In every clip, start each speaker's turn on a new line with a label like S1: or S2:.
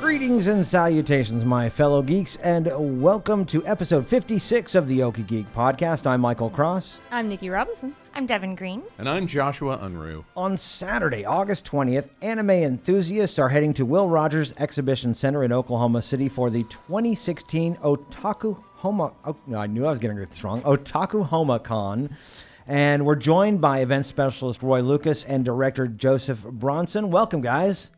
S1: Greetings and salutations, my fellow geeks, and welcome to episode 56 of the Okie Geek Podcast. I'm Michael Cross.
S2: I'm Nikki Robinson.
S3: I'm Devin Green.
S4: And I'm Joshua Unruh.
S1: On Saturday, August 20th, anime enthusiasts are heading to Will Rogers Exhibition Center in Oklahoma City for the 2016 Otaku Homa. Oh, no, I knew I was getting this wrong. Otaku HomaCon. And we're joined by event specialist Roy Lucas and director Joseph Bronson. Welcome, guys.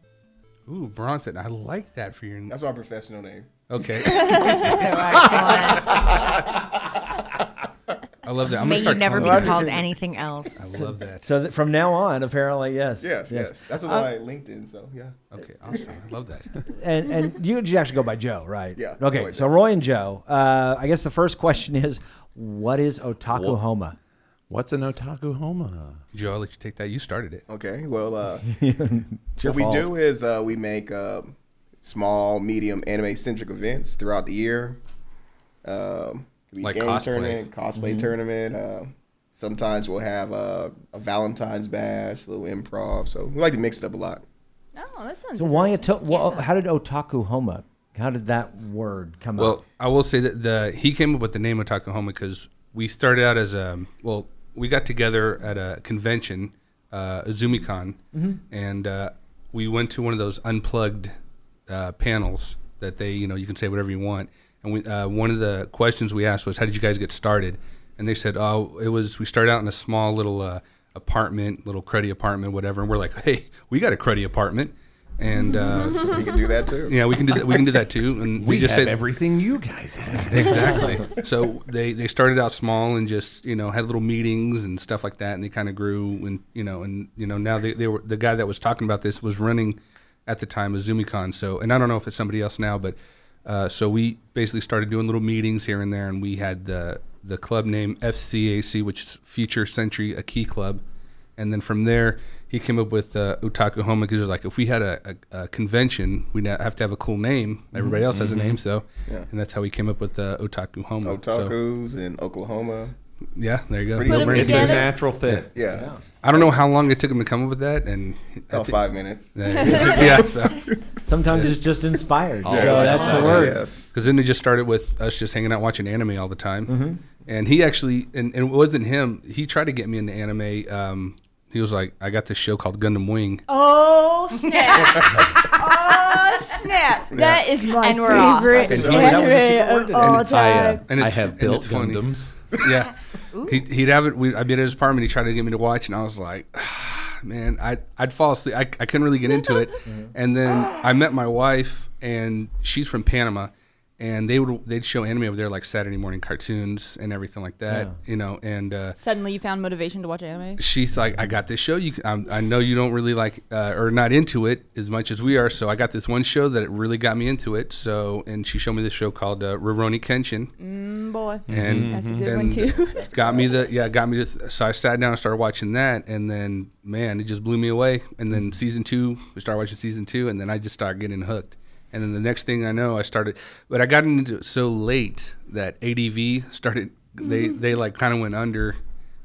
S5: Ooh, Bronson. I like that for your.
S6: That's my professional name.
S5: Okay.
S3: So excellent.
S5: I love that. I'm
S3: May
S5: gonna
S3: you
S5: start
S3: never be
S5: calling you-
S3: called anything else.
S5: I love that.
S1: So that from now on, apparently, yes.
S6: Yes, yes. That's
S5: Uh,
S6: what my LinkedIn. So yeah,
S5: Okay, awesome. I love that.
S1: and and you you actually go by Joe, right?
S6: Yeah,
S1: Okay,
S6: Roy and
S1: so
S6: Joe.
S1: Roy and Joe. Uh, I guess the first question is, what is otaku homa?
S4: What's an otaku homa?
S5: Joe, I'll let you take that. You started it.
S6: okay. Well, uh,
S1: It's your
S6: what we
S1: fault.
S6: do is uh, we make um small, medium anime centric events throughout the year. Um, we
S5: Like cosplay.
S6: game
S5: Mm-hmm.
S6: tournament, cosplay tournament. Uh, sometimes we'll have uh, a Valentine's bash, a little improv. So we like to mix it up a lot.
S2: Oh, that sounds.
S1: So why otaku? Well, how did otaku homa? How did that word come
S5: Well,
S1: up?
S5: I will say that the he came up with the name of Takahoma because we started out as a well, we got together at a convention, uh, ZumiCon, and uh, we went to one of those unplugged uh, panels that they you know you can say whatever you want, and we, uh, one of the questions we asked was how did you guys get started, and they said oh it was we started out in a small little uh, apartment, little cruddy apartment, whatever, and we're like hey we got a cruddy apartment, and. Uh,
S6: We can do that too.
S5: Yeah, we can do that. We can do that too. And we, just said
S4: everything you guys have.
S5: exactly. so they they started out small and just you know had little meetings and stuff like that, and they kind of grew and you know and you know now they, they were the guy that was talking about this was running at the time of ZumiCon. So and I don't know if it's somebody else now, but uh, so we basically started doing little meetings here and there, and we had the the club name FCAC, which is Future Century A Key Club, and then from there. He came up with uh, Otaku Home because it was like if we had a, a, a convention, we'd have to have a cool name. Everybody else has a name, so
S6: Yeah.
S5: and that's how we came up with uh, Otaku Homo. So,
S6: Otakus in Oklahoma.
S5: yeah, there you go.
S6: Pretty
S2: Put 'em
S5: brainer.
S2: together.
S4: It's a natural fit.
S6: Yeah,
S5: I don't know how long it took him to come up with that, and I
S6: about
S5: thi-
S6: five minutes.
S5: yeah, so
S1: Sometimes it's just inspired.
S6: Oh,
S4: Yeah.
S1: So that's the
S4: Yeah.
S1: word.
S6: Yes.
S5: because then it just started with us just hanging out watching anime all the time, and he actually and, and it wasn't him. He tried to get me into anime. Um, he was like, I got this show called Gundam Wing.
S2: Oh snap! oh snap! That is my
S3: And we're off.
S2: favorite
S1: Okay, so that was a secret word
S2: anime of
S1: today.
S2: all
S5: Oh,
S1: And
S2: time.
S5: And
S4: I
S5: it's-
S4: have
S5: and
S4: built
S5: it's funny.
S4: Gundams.
S5: yeah. He, he'd have it. We, I'd be at his apartment. He tried to get me to watch, and I was like, "Ah, man, I, I'd fall asleep. I, I couldn't really get into it.
S7: Mm-hmm.
S5: And then I met my wife, and she's from Panama, and they would they'd show anime over there like Saturday morning cartoons and everything like that,
S1: Yeah.
S5: you know. And uh,
S7: Suddenly, you found motivation to watch anime.
S5: she's like, I got this show. You, can- I'm, I know you don't really like uh, or not into it as much as we are. So I got this one show that it really got me into it. So and she showed me this show called uh, Roroni Kenshin
S7: Mm, boy,
S5: and
S7: That's a good
S5: and
S7: one, too.
S5: got me the yeah got me this so i sat down and started watching that and then man it just blew me away and then season two we started watching season two and then i just started getting hooked and then the next thing i know i started but i got into it so late that adv started they they like kind of went under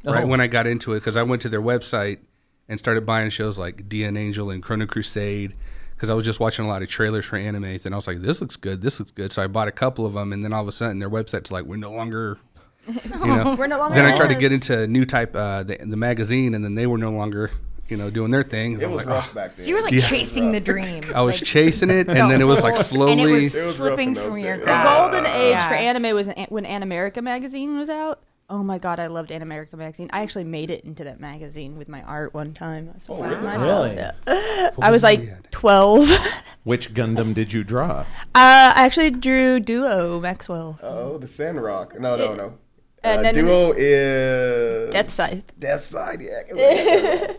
S5: right
S1: Oh.
S5: when i got into it because i went to their website and started buying shows like dn angel and chrono crusade because I was just watching a lot of trailers for animes, and I was like, "This looks good. This looks good." So I bought a couple of them, and then all of a sudden, their website's like, "We're no longer you know.
S2: We're no longer
S5: then I tried to
S2: friends.
S5: get into new type uh, the, the magazine, and then they were no longer you know doing their thing. I
S6: It
S5: was,
S6: was
S5: like, "Oh."
S6: rough
S5: "Ugh."
S6: back then.
S3: So you were like chasing the dream.
S5: I was
S3: Like,
S5: chasing it, and then it was like
S3: and it
S5: slowly.
S3: was
S6: rough
S3: slipping
S6: in those
S3: from your
S6: days.
S3: grasp.
S7: golden age
S3: Yeah.
S7: for anime was an, when Animerica magazine was out. Oh my god, I loved Animerica magazine. I actually made it into that magazine with my art one time. I was, proud of myself.
S1: Really?
S7: I was like twelve. uh,
S4: Which Gundam did you draw?
S7: I actually drew Duo Maxwell.
S6: Oh, the Sandrock. No, no, no.
S7: Uh,
S6: Uh,
S7: no, no, no.
S6: duo is
S7: Death Scythe.
S6: Death Side. Yeah.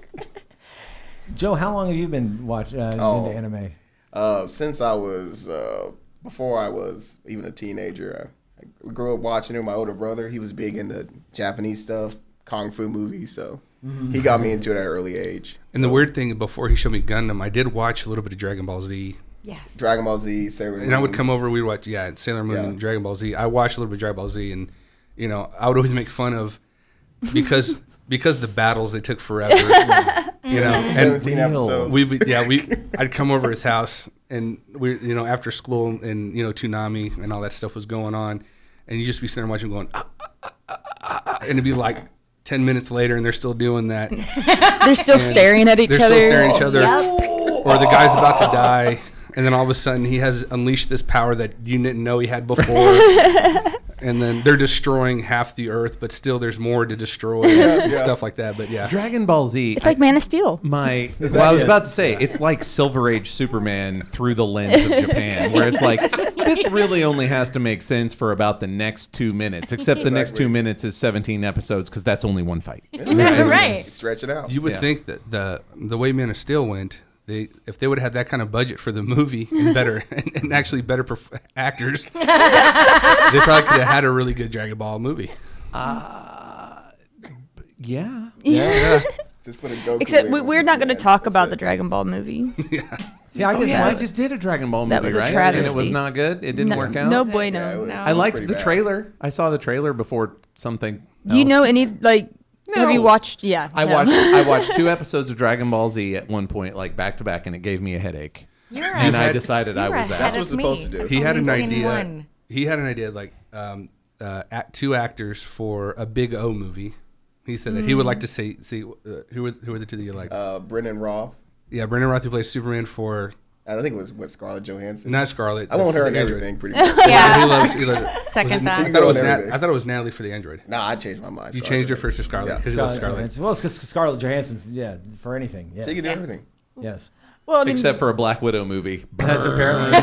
S1: Joe, how long have you been watch, uh,
S6: Oh.
S1: into anime?
S6: uh, since I was uh, before I was even a teenager, I, I grew up watching it. My older brother, he was big into Japanese stuff, kung fu movies, so
S5: Mm-hmm.
S6: he got me into it at an early age.
S5: and the weird thing before he showed me Gundam, I did watch a little bit of Dragon Ball Z,
S3: Yes.
S6: Dragon Ball Z, Sailor Moon.
S5: and I would come over. We'd watch yeah Sailor Moon
S6: Yeah.
S5: and Dragon Ball Z. I watched a little bit of Dragon Ball Z, and you know I would always make fun of because because the battles they took forever. You know, and
S6: 17 episodes.
S5: we would- yeah we I'd come over his house and we you know after school and you know tsunami and all that stuff was going on, and you just be sitting there watching going, "Ah, ah, ah, ah, ah, ah," and it'd be like ten minutes later and they're still doing that.
S7: They're still staring at each
S5: they're
S7: other.
S5: still staring at each other, or the guy's about to die, and then all of a sudden he has unleashed this power that you didn't know he had before, and then they're destroying half the earth, but still there's more to destroy and
S6: yeah.
S5: stuff like that. But yeah,
S4: Dragon Ball Z.
S7: It's like Man of Steel.
S4: my well, I was about to say it's like Silver Age Superman through the lens of Japan, where it's like this really only has to make sense for about the next two minutes, except the next
S6: Exactly.
S4: two minutes is 17 episodes because that's only one fight.
S3: right.
S6: Stretch it out.
S5: you would
S4: Yeah.
S5: think that the the way Man of Steel went. They, if they would have had that kind of budget for the movie and better and, and actually better perf- actors, they probably could have had a really good Dragon Ball movie.
S4: Yeah,
S6: Just put a Goku.
S7: Except we,
S6: in.
S7: we're not going to
S6: Yeah,
S7: talk
S6: that's
S7: about
S6: it.
S7: the Dragon Ball movie.
S1: See, I guess
S4: I
S1: my-
S4: just did a Dragon Ball movie,
S7: That was a
S4: right? And it
S7: travesty.
S4: was not good. It didn't
S7: No,
S4: work out.
S7: no
S6: Yeah, it
S7: bueno.
S6: was-
S3: No.
S6: it
S4: I
S6: was
S4: liked
S6: pretty
S4: the
S6: bad.
S4: trailer. I saw the trailer before something.
S7: Do you know
S4: else.
S7: any like? Have you watched? Yeah,
S4: I
S7: no.
S4: watched I watched two episodes of Dragon Ball Z at one point, like back to back, and it gave me a headache.
S3: You're
S4: and I
S3: ahead-
S4: decided I
S3: you're
S4: was
S3: ahead
S4: out.
S6: That's what's
S3: of me.
S6: supposed to do.
S3: I've
S5: he had an
S3: only seen
S5: idea.
S3: one.
S5: He had an idea like um, uh, act, two actors for a big O movie. He said that he would like
S3: Mm.
S5: to see see uh, who were who were the two that you like?
S6: Uh, Brendan Roth.
S5: yeah, Brendan Roth who plays Superman for
S6: I think it was with Scarlett Johansson.
S5: not Scarlet.
S6: I want her
S5: for
S6: in
S5: the Android.
S6: everything, pretty much.
S3: Yeah.
S5: He loves. He loves it.
S3: Second
S5: Was
S3: thought.
S5: it- I thought it was
S6: She can go in
S5: Nat-
S6: everything.
S5: I thought it was Natalie for the Android.
S6: Nah, I changed my mind.
S5: You
S6: Scarlett
S5: changed her
S6: Johansson.
S5: first to Scarlet
S6: Yeah.
S5: because
S1: Scarlett
S5: loves Scarlet.
S1: Johansson. Well, it's because Scarlett Johansson, yeah, for anything. Yes.
S6: She can do everything.
S1: yes.
S7: Well, I mean,
S4: Except for a Black Widow movie.
S1: That's apparently.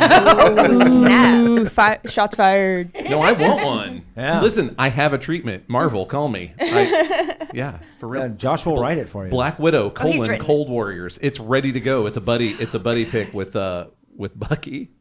S3: Snap.
S7: ooh, fi- shots fired.
S4: No, I want one.
S1: Yeah.
S4: Listen, I have a treatment. Marvel, call me. I- yeah, for real.
S1: Uh, Josh will write it for you.
S4: Black Widow,
S3: Oh, he's
S4: colon,
S3: written it.
S4: Cold Warriors. It's ready to go. It's a buddy. It's a buddy pick with uh with Bucky.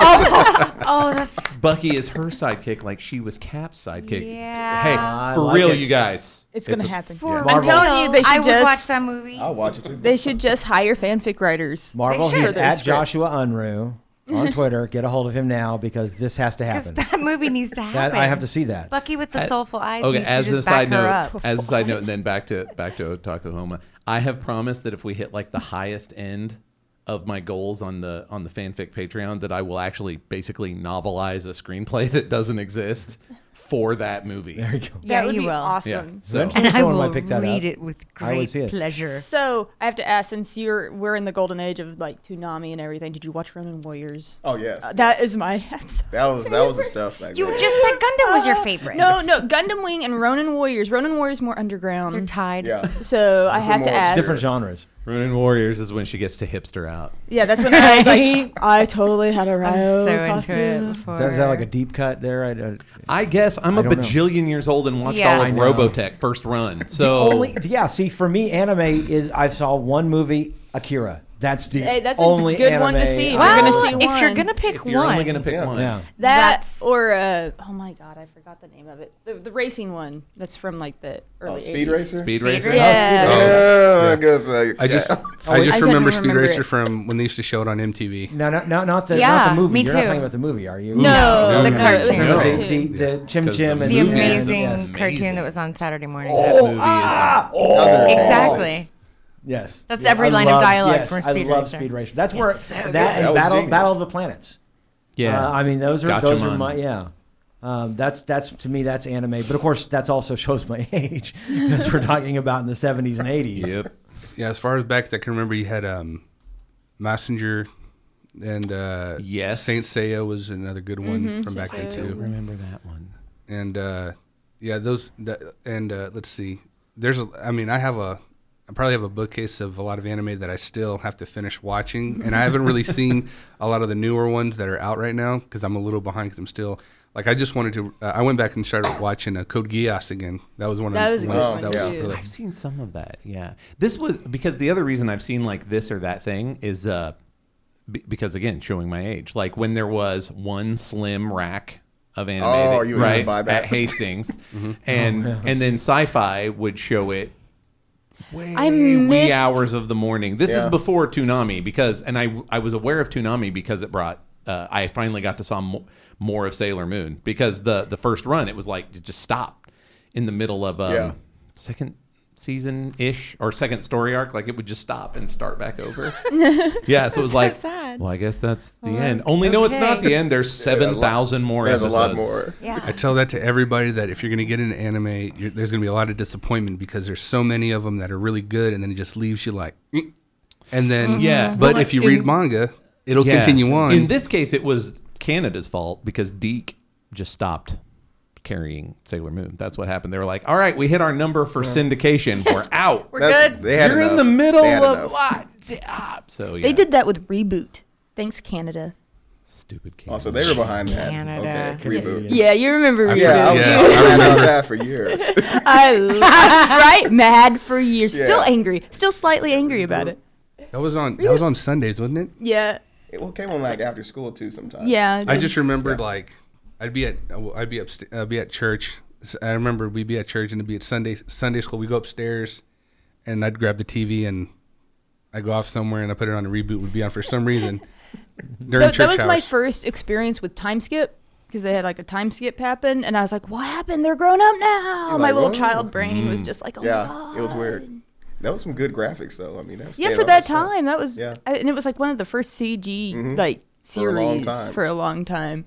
S3: Oh, that's
S4: Bucky is her sidekick, like she was Cap's sidekick.
S3: Yeah.
S4: Hey,
S1: I
S4: for
S1: like
S4: real,
S1: it.
S4: you guys.
S7: It's gonna
S4: a-
S7: happen.
S3: for
S1: Marvel.
S3: real.
S1: I'm telling
S7: you, they
S3: I
S7: should
S3: would
S7: just-
S3: watch that movie.
S6: I'll watch it too.
S7: They should just hire fanfic writers.
S1: Marvel,
S3: Sure.
S1: he's
S3: They're
S1: at
S7: scripts.
S1: Joshua Unruh on Twitter. Get a hold of him now because this has to
S3: Because
S1: happen.
S3: that movie needs to happen.
S1: That I have to see that.
S3: Bucky with the soulful eyes.
S4: Okay,
S3: needs
S4: as
S3: to
S4: a
S3: just back
S4: side
S3: her
S4: note,
S3: up.
S4: as a side note, and then back to back to Otakuhoma. I have promised that if we hit like the highest end of my goals on the on the fanfic Patreon, that I will actually basically novelize a screenplay that doesn't exist for that movie. There you go.
S3: yeah,
S7: that would
S3: you
S7: be
S3: will.
S4: Yeah.
S7: awesome.
S4: So
S1: Then-
S3: And I
S1: Someone
S3: will
S1: might pick that up.
S3: read it with
S1: I would
S3: great
S1: see it.
S3: pleasure.
S7: So I have to ask, since you're we're in the golden age of like tsunami and everything, did you watch Ronin Warriors?
S6: Oh yes,
S7: That is my episode.
S6: that was that was the stuff back
S3: You
S6: then.
S3: just said Gundam was your favorite.
S7: No, no, Gundam Wing and Ronin Warriors. Ronin Warriors more underground.
S3: They're tied.
S6: yeah.
S7: so I
S6: Those are
S7: have to
S6: more obscure.
S7: ask.
S1: Different genres.
S4: Ruin Warriors is when she gets to hipster out.
S7: Yeah, that's when I was like, I totally had a
S3: I was
S7: Ryo
S3: so
S7: costume.
S3: into it
S1: Is
S3: before.
S1: that, is that like a deep cut there? I, uh, I,
S4: I guess I'm
S1: I
S4: a
S1: don't know.
S4: bajillion years old and watched
S3: Yeah.
S4: all
S1: I
S4: of
S1: know.
S4: Robotech first run. So
S1: only, yeah, see, for me, anime is I saw one movie, Akira. That's the
S7: Hey, that's a
S1: only
S7: good one to
S1: anime
S7: see.
S1: I-
S7: Wow.
S3: Well,
S7: You're gonna see
S3: if you're
S7: one.
S3: gonna pick
S4: if you're
S3: one,
S4: only gonna pick one.
S1: Yeah.
S7: That
S3: That's-
S7: or uh, oh my god, I forgot the name of it. The, the racing one that's from like the early
S6: Oh,
S7: 80s.
S6: Speed Racer.
S4: Speed
S3: Speed
S4: Racer.
S3: Racer.
S7: Yeah.
S6: Yeah, Oh, I guess. uh,
S5: I just
S6: yeah.
S5: I just
S7: I couldn't
S5: remember Speed
S7: remember
S5: Racer
S7: it.
S5: from when they used to show it on MTV.
S1: No, no, no, not the not
S3: Yeah,
S1: the movie.
S3: me
S1: You're not
S3: too.
S1: talking about the movie, are you?
S7: No,
S5: No,
S7: Oh, the
S5: no,
S7: cartoon.
S3: no,
S4: no.
S1: The, the, the Chim
S4: Because the
S1: Chim and
S3: the
S4: movie
S1: and-
S4: is
S3: amazing
S1: yes.
S4: amazing.
S3: cartoon that was on Saturday morning.
S4: That
S5: Oh.
S4: movie
S1: Oh,
S4: is
S1: ah! Uh,
S6: That was
S3: Exactly.
S1: Yes.
S3: That's every line of dialogue from Speed
S1: I love
S3: Racer.
S1: Speed Racer. That's where
S3: so
S1: that and
S3: good.
S6: That was
S1: Battle
S6: genius.
S1: Battle of the Planets.
S4: Yeah.
S1: Uh, I mean, those are those are
S4: Gatchaman.
S1: my yeah. Um, that's that's to me that's anime, but of course that's also shows my age as we're talking about in the seventies and eighties.
S4: Yep.
S5: Yeah, as far as back as I can remember, you had um, Messenger and uh,
S4: Yes.
S5: Saint Seiya was another good one from back then too.
S4: Remember that one.
S5: and uh, yeah, those that, and uh, let's see. There's, a, I mean, I have a, I probably have a bookcase of a lot of anime that I still have to finish watching, and I haven't really seen a lot of the newer ones that are out right now because I'm a little behind because I'm still like I just wanted to. Uh, I went back and started watching uh, Code Geass again. That was one of
S7: That
S5: the
S7: was a good
S5: ones
S6: one,
S5: that was
S6: too.
S5: really-
S4: I've seen some of that. Yeah. This was because the other reason I've seen like this or that thing is uh b- because again, showing my age. Like when there was one slim rack of anime
S6: Oh,
S4: that-
S6: you were gonna
S4: right
S6: buy that. Mm-hmm.
S4: at Hastings and and then Sci-Fi would show it way
S7: I
S4: wee
S7: missed-
S4: hours of the morning. This is
S6: Yeah.
S4: before Toonami because and I I was aware of Toonami because it brought uh, I finally got to saw mo- more of Sailor Moon because the the first run it was like it just stopped in the middle of um,
S6: Yeah.
S4: second season ish or second story arc. Like it would just stop and start back over. yeah, so it was like,
S3: sad.
S4: well, I guess that's the end. Only no, it's not
S3: okay.
S4: the end. There's seven thousand more
S6: There's a
S4: episodes.
S6: lot more.
S5: I tell that to everybody that if you're going to get into anime, you're, there's going to be a lot of disappointment because there's so many of them that are really good, and then it just leaves you like, "Mm." and then
S4: Yeah.
S5: But
S4: Well,
S5: if you
S4: in-
S5: read manga, it'll
S4: Yeah.
S5: continue on.
S4: In this case, it was Canada's fault because Deke just stopped carrying Sailor Moon. That's what happened. They were like, all right, we hit our number for syndication. We're out.
S3: We're
S6: That-
S3: good.
S6: They had
S4: You're in
S6: enough.
S4: the middle
S6: They had
S4: of
S6: enough.
S4: what? Ah, so yeah.
S7: They did that with reboot. Thanks, Canada.
S4: stupid Canada.
S6: Also, Oh, they were behind that.
S3: Canada.
S6: Okay, reboot.
S7: Yeah, you remember
S5: I
S7: reboot.
S5: forget-
S6: Yeah, I was
S5: Yeah.
S6: I about that for years.
S7: I love right mad for years. Still
S6: Yeah.
S7: angry. Still slightly angry about it.
S5: that was on that was on Sundays, wasn't it?
S7: Yeah.
S6: It well, came on like after school too sometimes.
S7: Yeah.
S5: I just remembered like I'd be at uh, I'd be up I'd be at church. S- I remember we'd be at church and it'd be at Sunday Sunday school. We go upstairs, and I'd grab the TV and I go off somewhere and I put it on a reboot. Would be on for some reason during
S7: that,
S5: church
S7: that was
S5: hours.
S7: my first experience with time skip because they had like a time skip happen and i was like what happened they're grown up now
S6: You're
S7: my
S6: like,
S7: little
S6: "Whoa."
S7: child brain
S5: Mm-hmm.
S7: was just like oh my
S6: Yeah,
S7: god
S6: it was weird. That was some good graphics though. I mean, that was
S7: yeah
S6: staying
S7: for
S6: up
S7: that
S6: and stuff.
S7: time that was
S6: Yeah. Mm-hmm.
S7: I, and it was like one of the first cg like
S6: a long
S7: series
S6: time.
S7: for a long time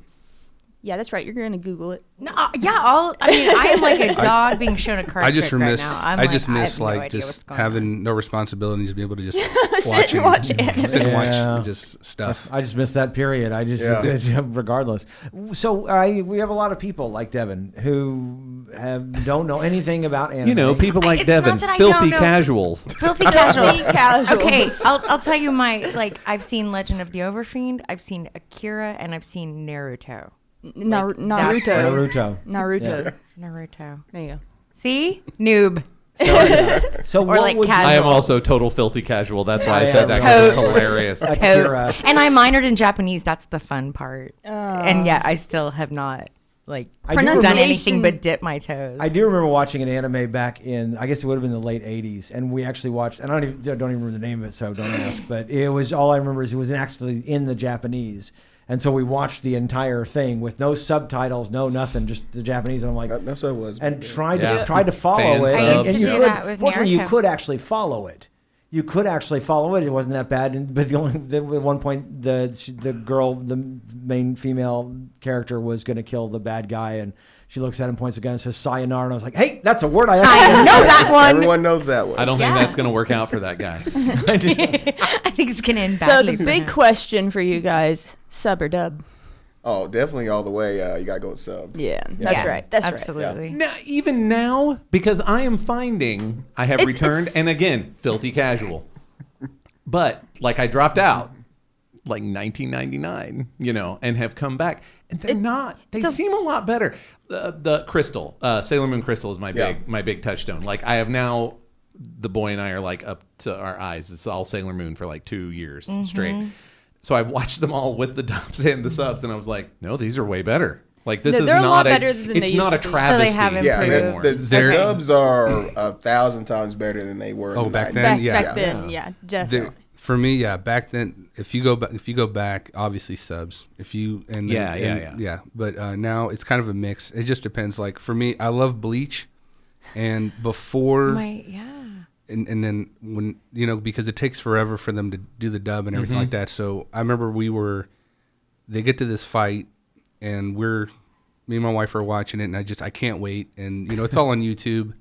S7: yeah that's right you're gonna google it
S3: No, uh, yeah, all I mean, I am like a dog being shown a card
S5: I just
S3: trick
S5: miss.
S3: right now.
S5: I
S3: I'm like,
S5: just
S3: I have
S5: miss
S3: no
S5: like
S3: idea what's
S5: just
S3: going
S5: having no responsibilities and be able to just watch
S7: sit and watch anime
S5: sit and watch
S1: Yeah.
S5: just stuff.
S1: I just missed that period. I just, regardless. So I, we have a lot of people like Devon who have don't know anything about anime.
S4: you know, people like
S3: It's not
S4: Devin,
S3: that I
S4: filthy
S3: don't know.
S4: casuals.
S3: Filthy casual.
S7: casuals.
S3: Okay, I'll, I'll tell you my like. I've seen Legend of the Overfiend. I've seen Akira, and I've seen Naruto.
S7: Na-
S3: that's-
S7: naruto
S1: Naruto.
S7: naruto
S3: Naruto.
S7: there you go
S3: See, noob.
S1: So
S3: Or
S1: what
S3: like
S1: would you-
S4: I
S3: casual.
S4: am also total filthy casual. That's why I
S1: Yeah,
S4: said that. 'cause It's hilarious.
S1: Akira.
S3: Totes. And I minored in Japanese. That's the fun part.
S7: Oh.
S3: And yet, I still have not like
S1: I do
S3: done
S1: remember-
S3: anything but dip my toes.
S1: I do remember watching an anime back in, I guess it would have been the late '80s, and we actually watched. And I don't even, I don't even remember the name of it, so don't ask. But it was all I remember is it was actually in the Japanese, and so we watched the entire thing with no subtitles, no nothing, just the Japanese. And I'm like,
S6: That, that's what it was.
S1: and tried
S4: Yeah.
S1: to tried to follow
S4: Fan
S1: it.
S4: subs.
S3: I used
S1: and
S3: to
S1: you
S3: do
S1: could,
S3: that with
S1: fortunately, you
S3: Naruto.
S1: could actually follow it. You could actually follow it. It wasn't that bad. And, but the only the, at one point, the she- the girl, the main female character, was going to kill the bad guy, and she looks at him, points a gun, and says "sayonara," and I was like, "Hey, that's a word I actually."
S3: I know that one.
S6: Everyone knows that one.
S4: I don't think
S3: Yeah.
S4: that's going to work out for that guy.
S3: I think it's gonna end
S7: so
S3: badly.
S7: the
S3: for
S7: big
S3: him.
S7: question for you guys sub or dub
S6: Oh, definitely all the way. Uh, you gotta go with sub.
S7: yeah that's
S3: Yeah,
S7: right that's right
S3: absolutely.
S4: now, even now, because I am finding I have
S7: It's-
S4: returned,
S7: it's-
S4: and again, filthy casual. But like I dropped out, like 1999, you know, and have come back, and they're not. They seem a lot better. The, the crystal, uh, Sailor Moon Crystal, is my
S6: Yeah.
S4: big my big touchstone. Like I have now. The boy and I are like up to our eyes. It's all Sailor Moon for like two years
S7: Mm-hmm.
S4: straight. So I've watched them all with the dubs and the subs, and I was like, no, these are way better. Like this
S7: No,
S4: is
S7: they're a
S4: not
S7: lot better than they
S4: it's
S7: used
S4: not
S7: to
S4: a
S7: be. So
S4: travesty.
S3: have
S6: Yeah,
S3: Improved.
S6: and then
S4: anymore.
S6: the, the
S5: They're-
S6: dubs are a thousand times better than they were. in
S5: Oh,
S6: the
S5: back
S6: 90s.
S5: then,
S7: back,
S5: yeah.
S7: back then yeah definitely
S5: There, for me, yeah, back then, if you go back, if you go back, obviously subs. If you and
S4: Yeah, yeah,
S5: and- yeah. But uh, now it's kind of a mix. It just depends. Like for me, I love Bleach, and before
S3: My, yeah.
S5: and, and then when you know because it takes forever for them to do the dub and everything like that so i remember we were they get to this fight and we're me and my wife are watching it and i just i can't wait and you know it's all on youtube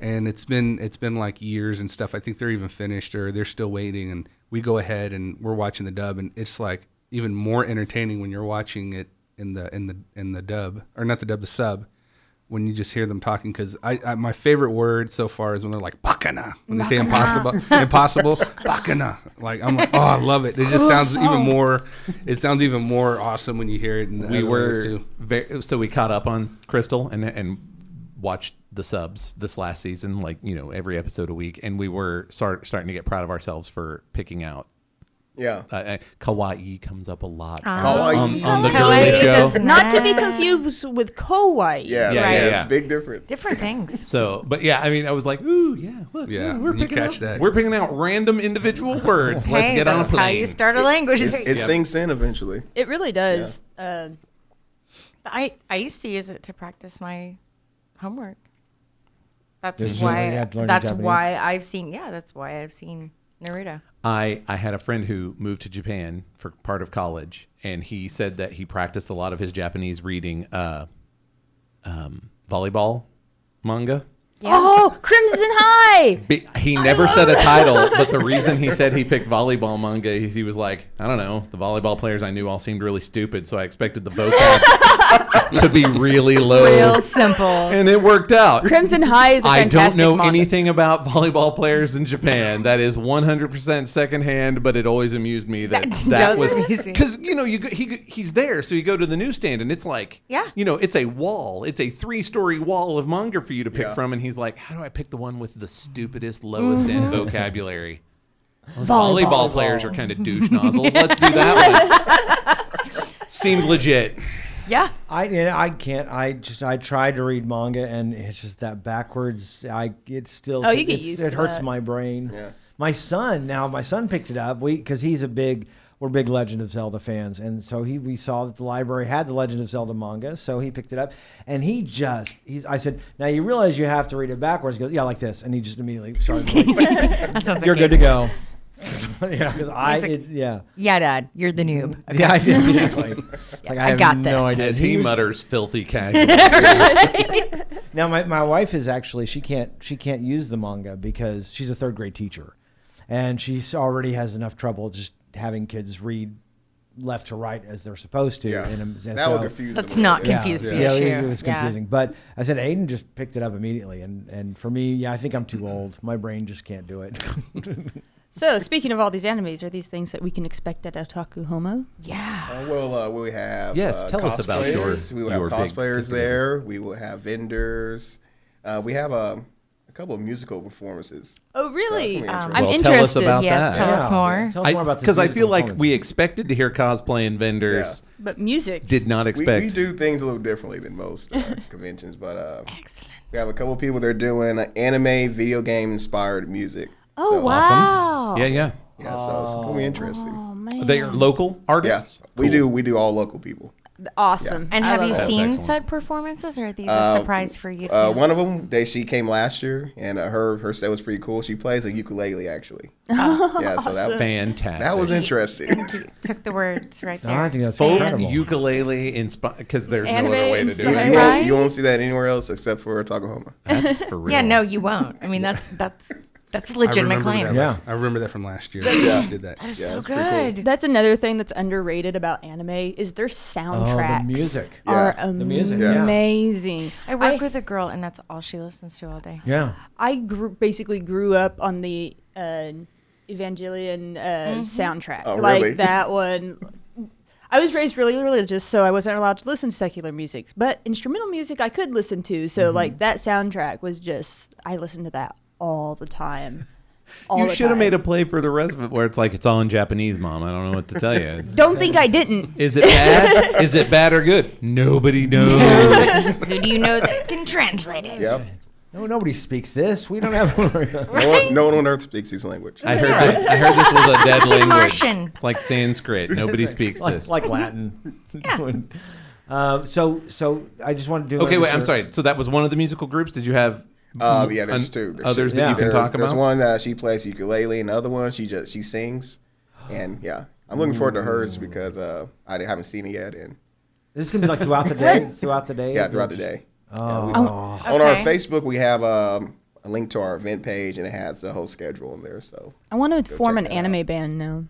S5: and it's been it's been like years and stuff i think they're even finished or they're still waiting and we go ahead and we're watching the dub and it's like even more entertaining when you're watching it in the in the in the dub or not the dub the sub when you just hear them talking because I, I my favorite word so far is when they're like bacana when they say impossible impossible bacana like I'm like oh I love it it just sounds even more it sounds even more awesome when you hear it and
S4: we were very, so we caught up on Crystal and and watched the subs this last season, like you know every episode a week, and we were start, starting to get proud of ourselves for picking out.
S6: Yeah. Oh,
S4: Uh, um, uh, kawaii comes up a lot
S6: Ah. Kawaii.
S4: on, on the
S3: Kawaii
S4: girly show.
S3: does
S7: Not to be confused with kawaii.
S6: Yeah,
S4: Yeah,
S6: yeah,
S4: yeah,
S6: it's
S4: yeah.
S6: a big difference.
S3: Different things.
S4: So, but yeah, I mean, I was like, ooh, yeah, look,
S5: Yeah,
S4: yeah, we're
S5: you
S4: picking
S5: catch
S4: out,
S5: that.
S4: we're picking out random individual words. Let's
S3: Hey,
S4: get on a
S3: that's How you
S4: plane.
S3: start a language.
S6: It's, it sinks in eventually.
S7: It really does. Uh,
S3: I, I used to use it to practice my homework.
S1: There's
S3: That's
S1: a way you
S3: why.
S1: have to learn
S3: That's
S1: Japanese.
S3: why I've seen. Yeah, that's why I've seen Naruto.
S4: I, I had a friend who moved to Japan for part of college, and he said that he practiced a lot of his Japanese reading uh, um, volleyball manga.
S7: Oh, Crimson High.
S4: Be- He never said a title, but the reason he said he picked volleyball manga is he was like, I don't know, the volleyball players I knew all seemed really stupid, so I expected the vocab to be really low.
S3: Real simple.
S4: And it worked out.
S7: Crimson High is a
S4: I
S7: fantastic
S4: don't know
S7: manga.
S4: anything about volleyball players in Japan. That is 100% secondhand, but it always amused me that that,
S3: That does
S4: was
S3: amuse me.
S4: because you know you go, he go- he's there, so you go to the newsstand and it's like
S3: Yeah.
S4: you know it's a wall, it's a three story wall of manga for you to pick
S6: Yeah.
S4: from, and he's like, how do I pick the one with the stupidest, lowest end vocabulary? Those volleyball,
S3: Volleyball.
S4: players are kind of douche nozzles. Let's do that one. Seemed legit.
S3: Yeah.
S1: I you know, I can't. I just I tried to read manga and it's just that backwards. I it still.
S7: Oh, you get
S1: it's-
S7: used
S1: It
S7: to
S1: hurts
S7: that.
S1: my brain.
S6: Yeah.
S1: My son now. My son picked it up. We because he's a big. We're big Legend of Zelda fans, and so he we saw that the library had the Legend of Zelda manga, so he picked it up, and he just he's. I said, "Now you realize you have to read it backwards." He goes, "Yeah, like this," and he just immediately started. Like,
S3: That sounds like
S1: You're good
S3: me.
S1: to go. yeah, 'cause I it, yeah
S3: Yeah, Dad, you're the noob.
S1: yeah I did exactly. It's like, I, have
S3: got
S1: no
S3: this.
S1: idea.
S4: As
S1: He
S4: he
S1: was-
S4: mutters, filthy casual.
S1: Now my, my wife is actually she can't she can't use the manga because she's a third grade teacher, and she's already has enough trouble just having kids read left to right as they're supposed to.
S6: Yeah.
S1: And, um, and
S6: That would
S1: so-
S6: confuse them
S3: Let's
S6: a little
S3: not
S6: bit.
S3: confuse the
S1: yeah,
S3: issue.
S1: it was
S3: Yeah.
S1: confusing. But I said Aiden just picked it up immediately, and and for me, yeah, I think I'm too old. My brain just can't do it.
S7: So, speaking of all these animes, are these things that we can expect at Otaku Homo?
S3: Yeah.
S6: Uh, We'll, uh, we will have
S4: Yes,
S6: uh,
S4: tell us about your-
S6: cosplayers. we will
S4: your
S6: have
S4: big
S6: cosplayers
S4: particular-
S6: there. We will have vendors. Uh, we have a, a couple of musical performances.
S7: Oh, really?
S6: That's gonna be
S7: I'm
S4: Well,
S7: interested.
S4: tell us about
S3: Yes,
S4: that.
S3: tell
S1: Yeah.
S3: us more.
S1: Tell us more about this
S4: Because I,
S1: musical
S4: feel like
S1: performance.
S4: we expected to hear cosplay and vendors,
S7: But music.
S4: did not
S6: We,
S4: expect.
S6: we do things a little differently than most uh, conventions, but uh,
S3: Excellent.
S6: we have a couple of people that are doing uh, anime, video game inspired music.
S7: oh,
S6: so,
S7: wow.
S4: Yeah, yeah.
S6: Yeah, so it's going to be interesting.
S7: Oh, man.
S4: They are local
S6: Yeah,
S4: artists.
S6: we do we do all local people.
S7: awesome.
S3: And
S7: I
S3: have
S7: love
S3: you
S7: it.
S3: seen
S4: excellent.
S3: said performances, or are these
S6: Uh,
S3: a surprise for you?
S6: Uh,
S3: too?
S6: one of them, they she came last year, and uh, her her set was pretty cool. She plays a ukulele actually. yeah, so that
S4: Fantastic.
S6: that was interesting.
S3: Took the words right
S1: No, I
S3: there.
S1: think that's
S4: folk
S1: incredible.
S4: ukulele inspired because there's
S7: Anime
S4: no other way to do
S6: You,
S7: inspired.
S4: it.
S6: won't,
S3: Right?
S6: you won't see that anywhere else except for Oklahoma.
S4: That's for real.
S3: Yeah, no, you won't. I mean, that's that's that's
S5: I
S3: legitimate
S5: remember
S3: claim.
S5: that.
S1: Yeah.
S5: last- I remember that from last year. yeah. did that.
S3: That is
S6: Yeah,
S3: so
S6: it's pretty cool.
S3: good.
S7: That's another thing that's underrated about anime is their soundtracks.
S1: music.
S7: are
S6: Yeah,
S1: the music, yeah.
S7: amazing.
S3: I work with a girl, and that's all she listens to all day.
S1: yeah.
S7: I grew, basically grew up on the uh, Evangelion uh, soundtrack.
S6: Oh,
S7: like
S6: really?
S7: that one. I was raised really religious, so I wasn't allowed to listen to secular music, but instrumental music I could listen to. So like that soundtrack was just I listened to that all the time. All
S4: You
S7: the
S4: should have made a
S7: time.
S4: play for the rest of it where it's like, it's all in Japanese, mom. I don't know what to tell you.
S7: Don't think I didn't.
S4: Is it bad? Is it bad or good? Nobody knows.
S3: Who do you know that can translate it?
S6: Yep.
S1: No, nobody speaks this. We don't have.
S6: No, one, no one on earth speaks these language.
S4: I heard, this, I heard this was a dead language.
S3: Martian.
S4: It's like Sanskrit. Nobody speaks
S1: like,
S4: this.
S1: like Latin. Um, so, so I just wanted to do.
S4: okay,
S1: another
S4: wait. I'm
S1: sur-
S4: sorry. So that was one of the musical groups. Did you have?
S6: Uh, yeah, there's
S4: an-
S6: two. There's
S4: others
S6: two.
S4: that
S1: Yeah.
S4: you can
S6: there's,
S4: talk about.
S6: There's one uh, she plays ukulele, and the other one she just she sings, and yeah, I'm looking forward to hers because uh, I haven't seen it yet, and
S1: This is gonna be like throughout the day. throughout the day.
S6: yeah, throughout the day.
S1: Oh,
S6: On our
S3: Okay.
S6: Facebook, we have um, a link to our event page, and it has the whole schedule in there. So
S7: I want to form an
S6: check that out.
S7: anime band now.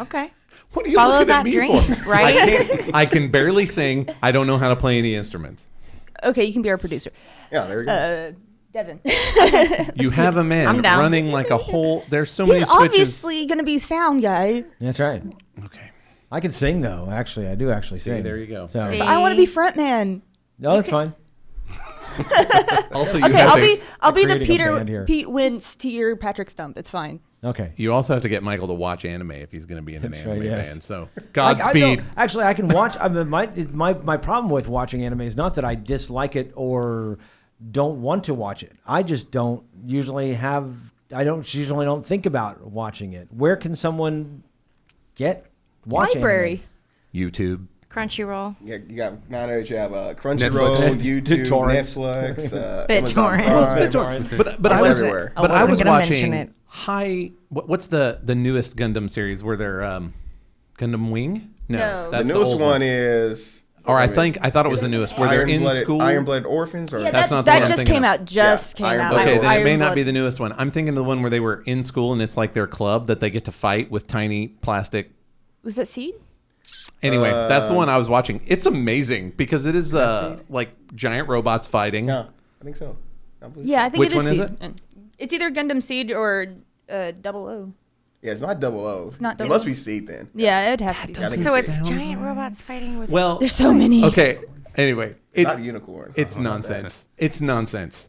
S3: Okay.
S6: what are you
S3: Follow
S6: looking at
S3: that
S6: me
S3: dream,
S6: for?
S4: I
S3: right?
S4: can't. I can barely sing. I don't know how to play any instruments.
S7: Okay, you can be our producer.
S6: Yeah, there you go.
S7: Uh, Devin.
S4: You have a man
S3: I'm down.
S4: running like a whole. There's so many
S7: He's
S4: switches.
S7: obviously going to be sound guy.
S1: that's right.
S4: okay.
S1: I can sing though. Actually, I do actually sing.
S4: there you go.
S1: So,
S3: See?
S7: I want to be frontman.
S1: no, that's fine.
S4: Also, you
S7: Okay,
S4: have
S7: I'll
S4: to,
S7: be I'll be the
S1: creating a band
S7: Peter
S1: here.
S7: Pete Wentz to your Patrick Stump. It's fine.
S1: Okay.
S4: You also have to get Michael to watch anime if he's going to be in an
S1: That's right,
S4: anime
S1: yes.
S4: band. So
S1: Like, I don't-
S4: Godspeed.
S1: actually, I can watch. I mean, my my my problem with watching anime is not that I dislike it or don't want to watch it. I just don't usually have. I don't usually don't think about watching it. Where can someone get watch anime?
S7: Library.
S4: YouTube.
S3: Crunchyroll.
S6: You got, you got not only you have uh,
S5: Netflix.
S6: Crunchyroll, YouTube,
S1: Torrents.
S6: Netflix, uh,
S3: BitTorrent. Well,
S6: Amazon Prime.
S4: But but
S6: It's
S4: I was
S6: everywhere.
S4: but
S3: I
S4: I was
S3: wasn't gonna mention
S4: watching
S3: it.
S4: high. What, what's the the newest Gundam series? Were there um, Gundam Wing? No,
S7: No.
S6: The
S4: that's
S6: newest
S4: old
S6: one, is.
S4: Or I think I thought it was the newest. Were they
S6: Iron
S4: in
S6: Blooded-
S4: school?
S6: Iron Blooded Orphans, or
S7: Yeah,
S4: That's
S7: that,
S4: not the
S7: that
S4: one I'm
S7: just
S4: thinking
S7: came
S4: of.
S7: out. Just
S6: Yeah,
S7: came
S6: Iron
S7: out.
S6: Blood.
S4: Okay,
S7: I-
S4: then it may
S7: Iron
S4: not
S7: Blood.
S4: be the newest one. I'm thinking of the one where they were in school and it's like their club that they get to fight with tiny plastic.
S7: Was that Seed?
S4: Anyway, that's the
S6: Uh,
S4: one I was watching. It's amazing because it is uh, like giant robots fighting.
S6: Yeah, I think so. I believe
S7: Yeah, I think
S4: Which
S7: it is
S4: one is
S7: Seed. It's either Gundam Seed or uh, Double O.
S6: Yeah, it's not double O. It's
S7: not
S6: It
S7: double O.
S6: must be Seed then.
S7: Yeah, it'd have to be.
S4: doesn't
S7: Seed.
S3: So it's
S4: Sound
S3: giant robots fighting with.
S4: Well,
S7: There's so many.
S4: okay. Anyway,
S6: It's
S4: it's
S6: not unicorn.
S4: It's nonsense. It's nonsense.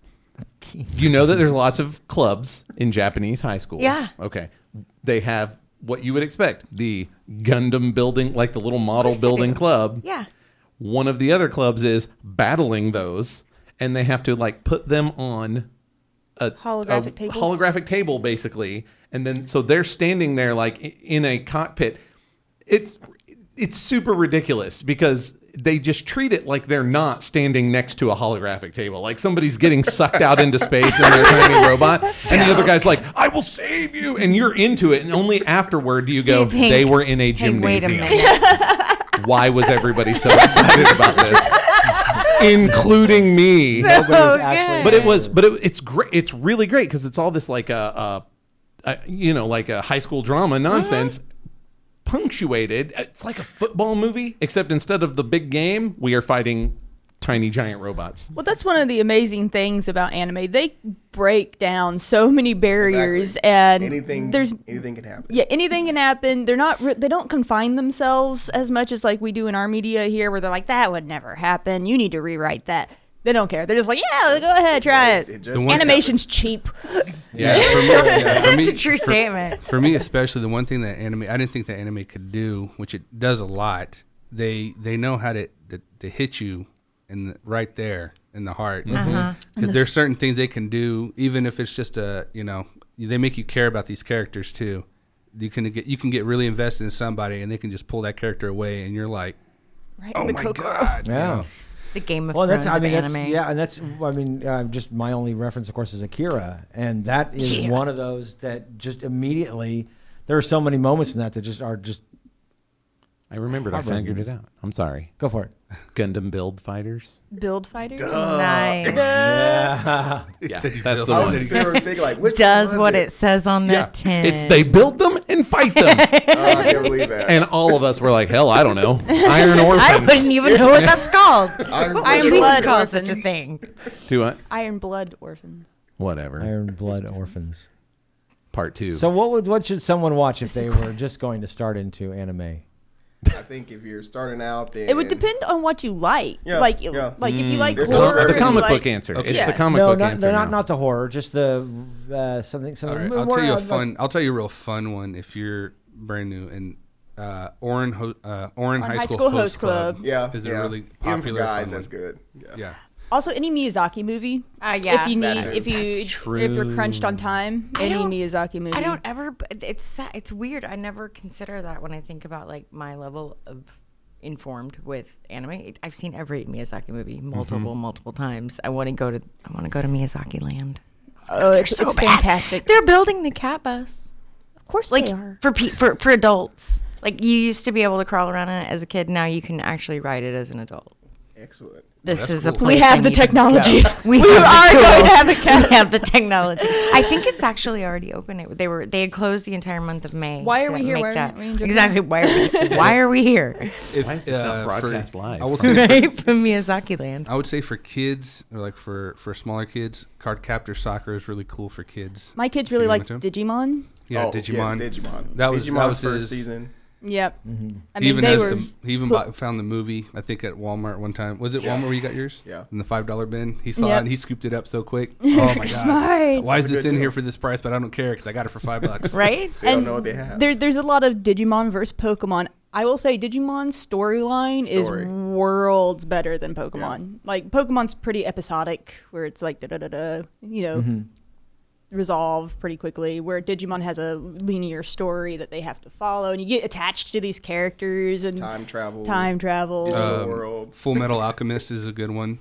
S4: You know that there's lots of clubs in Japanese high school.
S3: Yeah.
S4: Okay. They have what you would expect the Gundam building, like the little model
S3: course they
S4: building
S3: do.
S4: club.
S3: Yeah.
S4: One of the other clubs is battling those, and they have to like put them on a
S7: Holographic
S4: a
S7: tables?
S4: holographic table, basically. And then so they're standing there like i- in a cockpit. It's it's super ridiculous because they just treat it like they're not standing next to a holographic table. Like somebody's getting sucked out into space and they're tiny robot. And the other guy's like, I will save you. And you're into it. And only afterward do you go,
S3: You think,
S4: they were in a
S3: Hey, wait a
S4: gymnasium
S3: minute.
S4: why was everybody so excited about this including me
S1: Nobody's actually.
S4: but it was but it, it's great it's really great because it's all this like a, uh uh you know like a high school drama nonsense punctuated it's like a football movie except instead of the big game we are fighting tiny giant robots
S7: Well, that's one of the amazing things about anime. They break down so many barriers, and
S6: anything.
S7: there's
S6: anything can happen.
S7: yeah, anything can happen. They're not re- they don't confine themselves as much as like we do in our media here, where they're like that would never happen. You need to rewrite that. They don't care. They're just like, yeah, go ahead, try it.
S6: It just
S5: The one-
S7: Animation's cheap.
S5: Yeah, for me, yeah, for
S3: That's
S5: me-
S3: a true
S5: for-
S3: statement.
S5: For me, especially the one thing that anime I didn't think that anime could do, which it does a lot. They they know how to to, to hit you in the, right there in the heart
S6: Mm-hmm.
S5: because
S6: Uh-huh.
S5: there's certain things they can do, even if it's just a you know they make you care about these characters too. You can get you can get really invested in somebody, and they can just pull that character away, and you're like,
S7: Right?
S5: oh
S7: the
S5: my
S7: Kokoro.
S5: god, you
S1: Yeah.
S5: know.
S3: The Game of
S1: Well,
S3: Thrones
S1: that's I
S3: of
S1: mean that's
S3: anime.
S1: yeah, and that's I mean uh, just my only reference, of course, is Akira, and that is
S3: Yeah.
S1: one of those that just immediately there are so many moments in that that just are just
S4: i remembered i
S1: Probably.
S4: figured it out i'm sorry
S1: go for it.
S4: gundam build fighters
S7: Build fighters.
S3: Nice.
S4: yeah
S5: said you
S4: that's
S5: built-
S4: the
S6: I was
S4: one
S6: sitting there thinking like, which
S3: Does
S6: one was
S3: what it says on the
S4: yeah
S3: tin.
S4: it's they build them and fight them
S6: Oh, I can't believe that.
S4: And all of us were like, hell, I don't know. Iron
S3: I wouldn't
S4: Orphans.
S3: even know what that's called.
S6: Iron
S3: Why would
S6: Blood
S3: we
S7: Orphan.
S3: call such a thing?
S4: Do I?
S7: Iron Blood Orphans.
S4: Whatever.
S1: Iron Blood Orphans.
S4: Part two.
S1: So what would what should someone watch if they were just going to start into anime?
S6: I think if you're starting out, then
S7: It would depend on what you like.
S6: Yeah,
S7: like,
S6: yeah.
S7: like if
S4: Mm.
S7: you like
S6: There's
S7: horror,
S6: some-
S4: the
S7: if you
S4: comic
S7: like-
S4: book answer. It's
S7: Yeah.
S4: the comic
S1: No,
S4: book
S1: not,
S4: answer.
S1: they're not
S4: now.
S1: not the horror, just the uh, something
S5: All
S1: something.
S5: right,
S1: more
S5: I'll tell you a
S1: like-
S5: fun. I'll tell you a real fun one if you're brand new and uh, Orin Ho- uh, Orin High, School, Host, Club.
S6: Yeah,
S5: is
S6: yeah.
S5: a really
S6: Even for
S5: popular
S6: guys.
S5: fun
S6: that's
S5: one.
S6: good. Yeah.
S5: Yeah,
S7: Also, any Miyazaki movie.
S3: Uh, yeah.
S7: If you
S6: That
S7: need,
S6: too.
S7: if you,
S4: That's
S7: if
S4: true.
S7: you're crunched on time,
S3: I
S7: any
S3: don't-
S7: Miyazaki movie.
S3: I don't ever. but It's sa- it's weird. I never consider that when I think about like my level of informed with anime. It- I've seen every Miyazaki movie
S4: Mm-hmm.
S3: multiple, multiple times. I want to go to I want to go to Miyazaki Land.
S7: Oh, it's,
S3: so
S7: it's
S3: bad.
S7: fantastic.
S3: They're building the cat bus,
S7: of course,
S3: like
S7: they are.
S3: for pe- for for adults. Like you used to be able to crawl around in it as a kid. Now you can actually ride it as an adult.
S6: Excellent.
S3: This is a place
S7: We have
S3: I
S7: the
S3: need to
S7: technology.
S3: go. We,
S7: are
S3: the
S7: going to have
S3: tools.
S7: the cat-
S3: We have the technology. I think it's actually already open. It, they were they had closed the entire month of May.
S7: Why are
S3: to
S7: we here?
S3: make
S7: Why
S3: that-
S7: aren't we in Japan?
S3: Exactly. Why are we, why are we here?
S5: if, uh,
S4: Why is this not
S5: for-
S4: broadcast live?
S5: I will say, for,
S3: right from Miyazaki Land.
S5: I would say for kids or like for for smaller kids, card captor soccer is really cool for kids.
S7: My kids really
S5: you
S7: like
S5: want to?
S7: Digimon.
S5: Yeah,
S6: Oh, yes,
S5: Digimon.
S6: Digimon.
S5: That was-
S6: Digimon
S5: that was
S6: first
S5: his-
S6: season.
S7: Yep. I mean,
S5: even
S7: they
S5: as
S7: were.
S5: the, he even bought, found the movie I think at Walmart one time. Was it Walmart where you got yours?
S6: Yeah.
S5: In the five dollar bin, he saw
S7: Yep.
S5: it and he scooped it up so quick. Oh my god!
S7: Right.
S5: Why is
S6: That's a
S5: this
S6: good
S5: in here
S6: deal.
S5: for this price? But I don't care because I got it for five bucks.
S3: Right?
S6: They don't know what they have.
S7: There, there's a lot of Digimon versus Pokemon. I will say Digimon's storyline is
S6: Story.
S7: worlds better than Pokemon. Like Pokemon's pretty episodic, where it's like da da da da, you know,
S5: Mm-hmm.
S7: resolve pretty quickly. Where Digimon has a linear story that they have to follow, and you get attached to these characters and
S6: Time travel.
S7: time travel.
S6: Digital world.
S5: Full Metal Alchemist is a good one.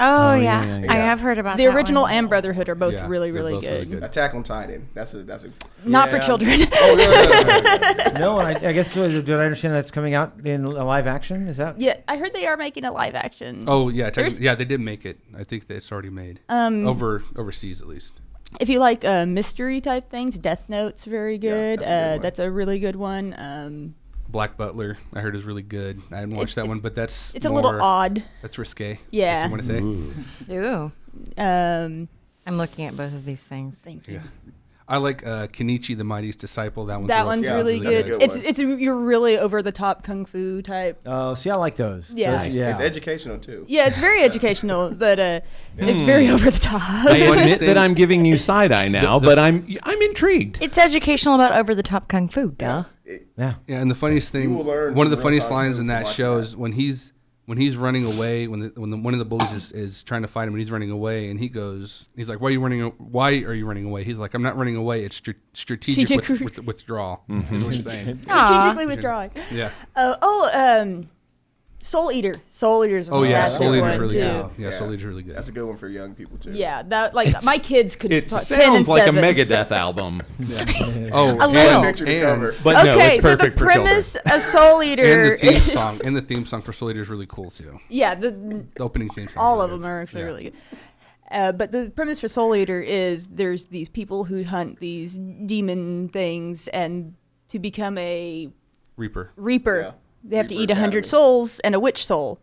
S3: Oh, yeah.
S4: yeah,
S3: I have heard about
S7: the
S3: that
S7: original
S3: one.
S7: and Brotherhood are both
S5: Yeah,
S7: really,
S5: they're
S7: really
S5: both
S7: good.
S6: Attack on Titan. That's a that's a.
S7: Not for
S1: Yeah.
S7: children.
S6: Oh, yeah, yeah, yeah.
S1: No, I, I guess uh, did I understand that's coming out in a live action? Is that?
S7: yeah, I heard they are making a live action.
S5: Oh yeah, technically-
S7: There's-
S5: yeah, they did make it. I think that it's already made um, over overseas at least.
S7: If you like uh, mystery type things, Death Note's very good.
S6: that's a good
S7: uh,
S6: one.
S7: that's a really good one. Um,
S5: Black Butler, I heard is really good. I didn't watch
S7: It's-
S5: that one, but that's
S7: it's a
S5: more-
S7: little odd.
S5: That's risque.
S7: Yeah.
S5: want to say.
S3: Ooh.
S7: Um,
S3: I'm looking at both of these things.
S7: thank you.
S5: Yeah. I like uh, Kenichi the Mighty's Disciple. That one's
S7: That
S5: real-
S7: one's
S6: Yeah,
S7: really
S6: that's a
S7: good.
S6: good
S7: It's
S6: one.
S7: it's you're really over the top kung fu type.
S1: Oh, see, I like those.
S7: Yeah.
S1: Those-
S7: Nice.
S1: yeah.
S6: It's educational too.
S7: Yeah, it's very educational, but uh, it's
S5: Hmm.
S7: very over the top.
S4: I admit
S5: thing-
S4: that I'm giving you side eye now, but I'm I'm intrigued.
S3: It's educational about over the top kung fu, duh.
S6: It-
S1: yeah.
S5: Yeah, and the funniest thing,
S6: will learn
S5: one of
S6: some
S5: the
S6: real
S5: funniest
S6: positive
S5: lines in
S6: from
S5: that
S6: watching
S5: show
S6: that.
S5: is when he's when he's running away when the, when the, one of the bullies is, is trying to fight him and he's running away and he goes he's like why are you running a- why are you running away he's like I'm not running away it's str- strategic with,
S7: Strategic-
S5: with, withdrawal
S6: Mm-hmm.
S5: is what he's saying.
S7: Strategically withdrawing.
S5: yeah
S7: Uh, oh, um, Soul Eater. Soul Eater's
S5: oh yeah
S7: that's a
S5: Soul
S7: good
S5: Eater's
S7: one,
S5: really
S7: too.
S5: good yeah,
S6: Yeah.
S5: Soul Eater's really good
S6: That's a good one for young people too.
S7: Yeah, that like
S4: It's-
S7: my kids could.
S4: It
S7: pu- 10 and
S4: sounds like a
S7: 7.
S4: Megadeth album,
S5: oh
S7: A little.
S5: and,
S6: Picture to cover.
S5: and,
S4: but no,
S7: okay,
S4: it's
S7: so the
S4: perfect for children.
S7: premise of Soul
S5: and
S7: Eater
S5: the theme
S7: is
S5: song and the theme song for Soul Eater is really cool too
S7: yeah, the
S5: the opening theme song
S7: all
S5: is
S7: of
S5: good.
S7: them are actually
S5: Yeah.
S7: really good. Uh, but the premise for Soul Eater is there's these people who hunt these demon things, and to become a
S5: Reaper
S7: reaper,
S6: Yeah.
S7: they have to
S6: Reaper
S7: eat a hundred
S6: Academy.
S7: souls and a witch soul,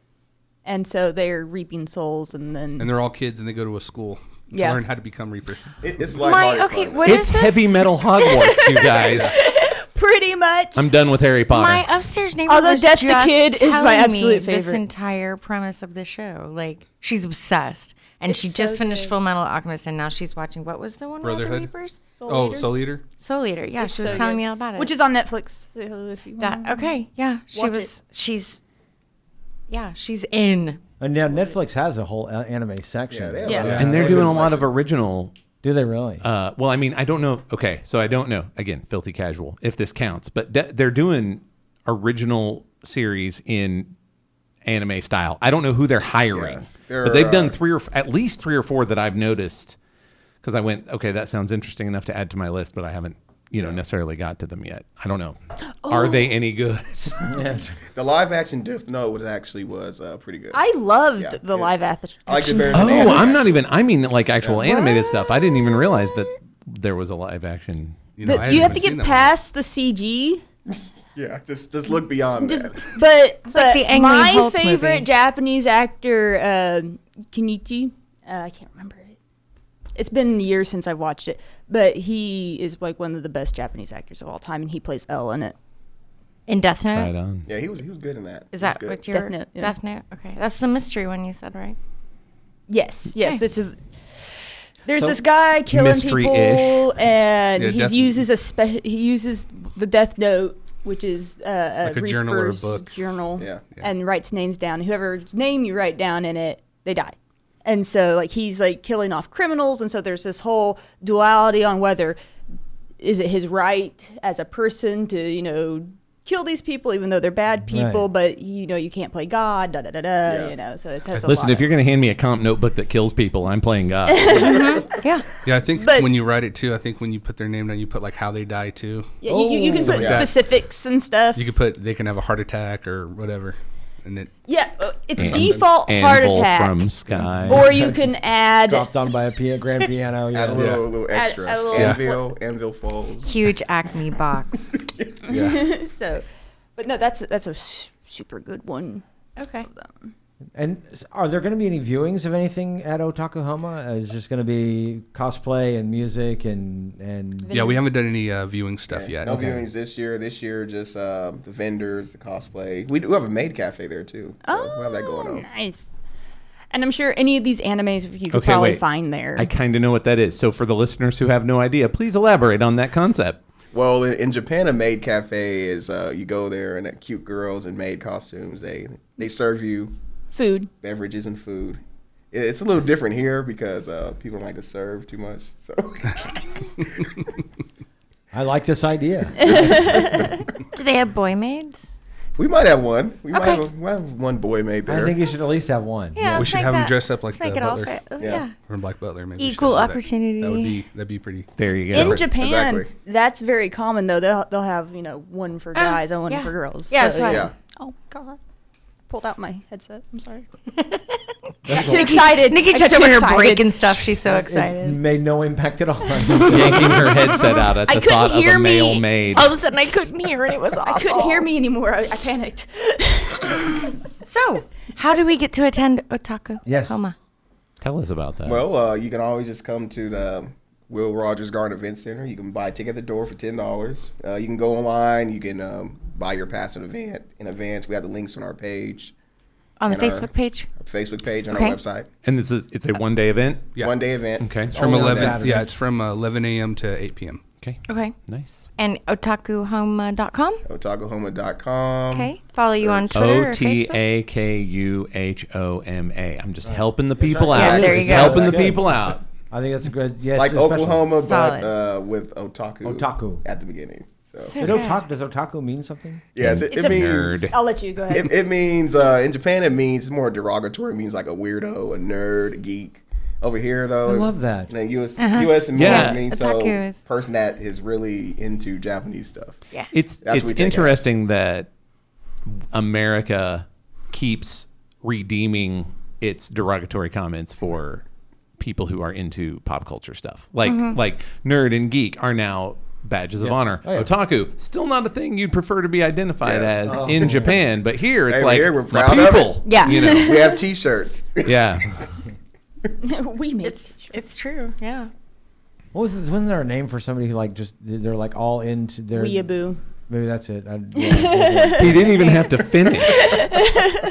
S7: and so they're reaping souls, and then
S5: and they're all kids and they go to a school to
S7: Yeah.
S5: learn how to become Reapers
S6: It, it's
S3: My,
S6: lighthearted.
S3: okay,
S6: fun.
S3: what is
S4: It's
S3: this?
S4: heavy metal Hogwarts, you guys.
S7: pretty much
S4: I'm done with Harry Potter.
S3: My upstairs neighbor
S7: Although
S3: was
S7: Death the
S3: just
S7: Kid is my
S3: telling me
S7: absolute
S3: This
S7: favorite.
S3: entire premise of the show, like she's obsessed, and she
S7: It's
S3: just
S7: so
S3: finished
S7: good.
S3: Full Metal Alchemist, and now she's watching what was the one with the
S5: Brotherhood?
S3: Reapers?
S5: oh Soul Eater
S3: Soul Eater. Yeah, she was
S7: so
S3: telling
S7: good.
S3: me all about it.
S7: which is on Netflix. So if you
S3: that,
S7: wanna-
S3: okay. Yeah, she
S7: Watch
S3: was. She's. Yeah, she's in.
S1: And now Netflix has a whole a- anime section.
S6: Yeah, they have
S7: Yeah.
S6: other-
S4: and they're
S6: other
S4: doing a
S6: good
S4: lot of
S6: selections.
S4: original
S1: Do they really?
S4: Uh, well, I mean, I don't know. Okay, so I don't know. Again, filthy casual, if this counts, but de- they're doing original series in anime style. I don't know who they're hiring,
S6: Yes, uh, there
S4: but they've done
S6: are-
S4: three or f- at least three or four that I've noticed because I went, okay, that sounds interesting enough to add to my list, but I haven't, you know, necessarily got to them yet. I don't know. Are they any good?
S6: The live action Death Note was actually was uh, pretty good.
S7: I loved
S6: Yeah,
S7: the
S6: it-
S7: live ath-
S6: I liked it
S7: action.
S6: better than
S4: oh,
S6: the
S4: I'm not
S6: animes.
S4: even. I mean, like actual animated stuff. I didn't even realize that there was a live action.
S5: you
S7: The-
S5: I
S7: you
S5: haven't
S7: have to get
S5: even seen that one.
S7: past the CG.
S6: Yeah, just just look beyond
S7: Just,
S6: that.
S7: but but
S3: like the Ang Lee
S7: my
S3: Hulk
S7: favorite
S3: movie.
S7: Japanese actor, um, Kenichi. Uh, I can't remember it. It's been years since I've watched it, but he is like one of the best Japanese actors of all time, and he plays L in it.
S3: In Death Note.
S4: Right on.
S6: Yeah, he was he was good in that.
S3: Is
S6: He was
S3: that
S6: good.
S3: what your
S7: Death Note, yeah.
S3: Death Note? Okay, that's the mystery one you said, right?
S7: Yes, yes.
S3: Okay.
S7: It's a. There's
S1: So-
S7: this guy killing
S4: Mystery-ish.
S7: people, and
S5: Yeah,
S7: he
S5: death-
S7: uses a spe- he uses the Death Note, which is uh,
S5: Like a journal or a
S7: Reaper's
S5: book.
S7: journal,
S6: Yeah.
S7: and writes names down. Whoever's name you write down in it, they die. And so, like he's like killing off criminals, and so there's this whole duality on whether is it his right as a person to you know kill these people even though they're bad people, but you know you can't play God, da da da da. You know, so it has a
S4: Listen,
S7: lot
S4: if
S7: of-
S4: you're going to hand me a comp notebook that kills people, I'm playing God.
S3: Yeah.
S5: Yeah, I think
S7: But-
S5: when you write it too, I think when you put their name down, you put like how they die too.
S7: Yeah, you, you, you can put
S5: Yeah.
S7: specifics and stuff.
S5: You could put they can have a heart attack or whatever, and then
S7: yeah, uh, it's default heart
S4: Anvil
S7: attack,
S4: from Sky.
S7: or you can add
S1: Dropped on by a pia- grand piano. Yeah.
S6: Add a little little
S7: Add
S6: extra.
S7: a little
S6: Anvil, Anvil Falls.
S3: Huge acne box.
S7: so. But no, that's that's a s- super good one.
S3: okay.
S1: And s- are there going to be any viewings of anything at Otakuhama? Uh, Is just going to be cosplay and music and and
S5: yeah, we haven't done any uh, viewing stuff yet.
S6: No viewings this year. This year, just uh, the vendors, the cosplay. We do have a maid cafe there too. So we have Oh, that going on.
S7: Oh, nice. And I'm sure any of these animes you could
S4: Okay,
S7: probably
S4: wait.
S7: find there.
S4: I kind of know what that is. So for the listeners who have no idea, please elaborate on that concept.
S6: Well, in, in Japan, a maid cafe is uh, you go there and uh, cute girls in maid costumes. They they serve you
S7: Food.
S6: beverages and food, it- it's a little different here because uh, people don't like to serve too much. So
S1: I like this idea.
S3: Do they have boy maids?
S6: we might have one. We might,
S3: Okay.
S6: have, we might have one boy made there.
S1: I think you should at least have one.
S3: Yeah,
S5: we
S3: let's
S5: should
S3: make
S5: have 'em
S3: that-
S5: dress up like
S3: let's make
S5: the
S3: it all
S5: butler.
S3: fit. Oh,
S6: Yeah.
S3: yeah.
S5: or Black Butler. Maybe we should
S3: Equal
S5: do that.
S3: opportunity.
S5: That would be that'd be pretty.
S4: There you
S7: In Japan,
S6: Exactly.
S7: that's very common though. They'll they'll have you know one for guys and one
S3: yeah.
S7: for girls.
S3: Yeah, so I-
S6: yeah.
S7: Oh God. Pulled out my headset. I'm sorry.
S3: Too excited. Nikki's just over here breaking stuff. She's so
S1: It
S3: excited.
S1: made no impact at all.
S4: yanking her headset out at the
S7: couldn't
S4: thought of
S7: hear
S4: a
S7: me.
S4: male maid.
S3: All of a sudden, I couldn't hear, and it was awful.
S7: I couldn't hear me anymore. I, I panicked.
S3: So, how do we get to attend Otaku?
S1: Yes.
S3: Homa?
S4: Tell us about that.
S6: Well, uh, you can always just come to the Will Rogers Garden Event Center. You can buy a ticket at the door for ten dollars. Uh, you can go online. You can um, buy your pass in event in advance. We have the links on our page,
S3: on the
S6: and our-
S3: Facebook page.
S6: our Facebook page, on
S3: Okay.
S6: our website.
S4: and this is it's a one day event.
S5: Yeah.
S6: One day event.
S4: Okay.
S6: It's
S5: From
S1: Only on
S5: eleven,
S1: Saturday.
S5: yeah, it's from uh, eleven a.m. to eight p.m.
S4: Okay.
S3: Okay.
S4: Nice.
S3: And otakuhoma.com.
S6: Otagohoma.com.
S3: Okay. Follow you on Twitter.
S4: O
S3: Or
S4: T
S3: Facebook.
S4: A K U H O M A. I'm just helping the people out.
S6: right. Yeah, there
S4: just
S6: you go.
S4: helping the
S1: That's good.
S4: people out.
S1: I think that's a good. Yes,
S6: Like
S1: especially-
S6: Oklahoma,
S3: Solid.
S6: but uh, with otaku.
S1: Otaku.
S6: at the beginning. So,
S3: So
S1: But
S3: good.
S1: otaku, does otaku mean something?
S6: yes, it,
S3: It's
S6: it
S3: a-
S6: means
S4: Nerd.
S7: I'll let you go ahead.
S6: It, it means uh, in Japan it means it's more derogatory. It means like a weirdo, a nerd, a geek. Over here though,
S1: I love that.
S6: You know, U.S.
S3: Uh-huh.
S6: U.S. and
S4: Yeah.
S6: means so
S3: Otaku is-
S6: person that is really into Japanese stuff.
S3: Yeah.
S4: It's
S6: That's
S4: it's
S6: what we take
S4: interesting that America keeps redeeming its derogatory comments for people who are into pop culture stuff. Like
S3: Mm-hmm.
S4: like nerd and geek are now badges of honor.
S1: Oh, yeah.
S4: Otaku still not a thing you'd prefer to be identified
S6: Yes. Oh.
S4: as in Japan, but here it's
S6: Hey,
S4: like
S6: here we're
S4: my
S6: proud of it.
S4: people.
S3: Yeah.
S4: you know.
S6: We have T-shirts.
S4: Yeah.
S7: we made
S3: It's it's true. Yeah.
S1: What was it, wasn't there a name for somebody who like just they're like all into their
S7: weeaboo.
S1: Maybe that's it. I, yeah.
S4: he didn't even have to finish.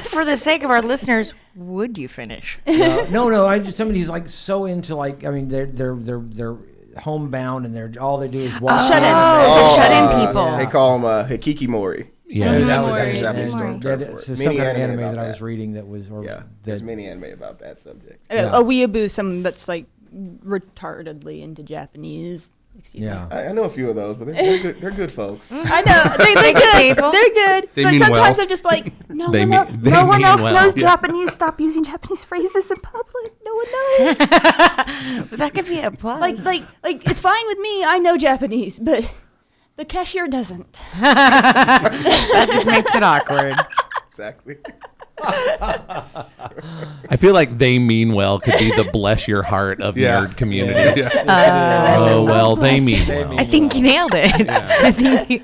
S3: For the sake of our listeners, would you finish?
S1: Uh, no, no. I just somebody who's like so into like I mean they're they're they're they're homebound and they're all they do is walk.
S6: Oh,
S3: Shut in.
S1: around.
S3: It's the shut in
S6: uh,
S3: people.
S6: They call them uh, hikikimori.
S4: Yeah.
S1: Dude,
S3: Mm-hmm.
S1: that was
S6: That's
S1: amazing.
S6: a Japanese term
S1: Yeah,
S6: for
S1: it's
S6: it.
S1: some
S6: Mini
S1: kind of
S6: anime
S1: anime
S6: about
S1: that, I was
S6: that.
S1: reading that was
S4: Oh,
S1: or
S6: Yeah, there's
S1: that,
S6: many anime about that subject.
S7: Uh, A weeaboo, someone that's like retardedly into Japanese. Excuse me.
S1: yeah.
S6: I, I know a few of those, but they're, they're, good, they're good folks.
S7: I know they, they're good. They're good.
S5: They
S7: but
S5: mean
S7: sometimes
S5: well.
S7: I'm just like, no
S4: They
S7: one
S4: mean-
S7: else,
S4: they
S7: no one
S4: mean
S7: else
S4: well.
S7: knows
S4: Yeah.
S7: Japanese. Stop using Japanese phrases in public. No one knows.
S3: that could be a plus.
S7: like, like, like, it's fine with me. I know Japanese, but the cashier doesn't.
S3: that just makes it awkward.
S6: exactly.
S4: I feel like they mean well could be the bless your heart of
S5: Yeah.
S4: nerd communities.
S1: Uh,
S5: Yeah.
S4: Oh well, they mean
S1: They
S4: well.
S1: mean
S3: I think you nailed it. I think you-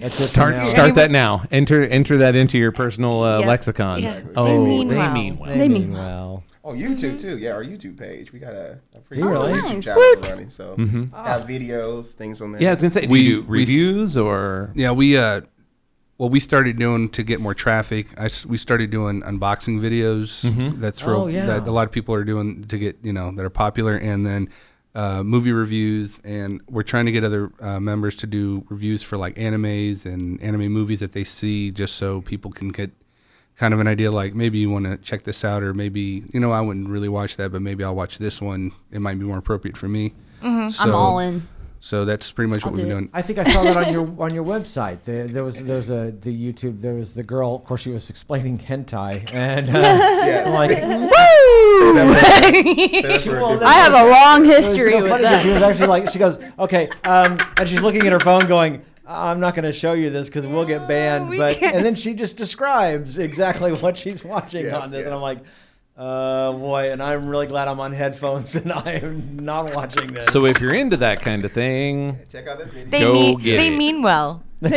S1: That's it for now.
S4: Start start that now. Enter enter that into your personal uh,
S3: Yeah.
S4: lexicons.
S3: Yeah. They
S4: Oh,
S3: mean well.
S4: well.
S1: They
S7: mean
S1: mean well.
S6: Oh,
S3: Mm-hmm.
S6: YouTube too. Yeah, our YouTube page. We got a, a pretty
S3: Oh,
S1: Do you really?
S6: good YouTube
S7: Nice.
S6: channel running. So have videos, things on there.
S4: Mm-hmm. Yeah, I was gonna say, do
S5: We-
S4: you do
S5: we s-
S4: reviews or
S5: Yeah, we uh, well, we started doing to get more traffic. I s we started doing unboxing videos. That's real.
S1: Oh, yeah.
S5: That a lot of people are doing to get you know that are popular, and then uh, movie reviews. And we're trying to get other uh, members to do reviews for like animes and anime movies that they see, just so people can get kind of an idea. Like maybe you want to check this out, or maybe you know I wouldn't really watch that, but maybe I'll watch this one. It might be more appropriate for me. So,
S7: Mm-hmm. I'm all in.
S5: So that's pretty much
S7: I'll
S5: what we've
S7: do
S5: been
S7: it.
S5: doing.
S1: I think I saw that on your on your website. There, there was there was a the YouTube. There was the girl. Of course, she was explaining hentai, and uh,
S6: Yes.
S1: I'm like
S6: That's where it
S1: Well,
S6: differs.
S7: I have a long
S1: It was
S7: history
S1: so
S7: with
S1: funny 'cause
S7: that.
S1: She was actually like, she goes, okay, um, and she's looking at her phone, going, "I'm not going to show you this because we'll get banned."
S3: we
S1: but
S3: can't.
S1: and then she just describes exactly what she's watching
S6: Yes,
S1: on this, and I'm
S6: yes.
S1: like, uh, boy, and I'm really glad I'm on headphones and I am not watching this.
S4: so if you're into that kind of thing,
S6: Check out that video.
S3: They
S4: Go
S3: mean
S4: get
S3: they
S4: it.
S3: mean well.
S1: Well,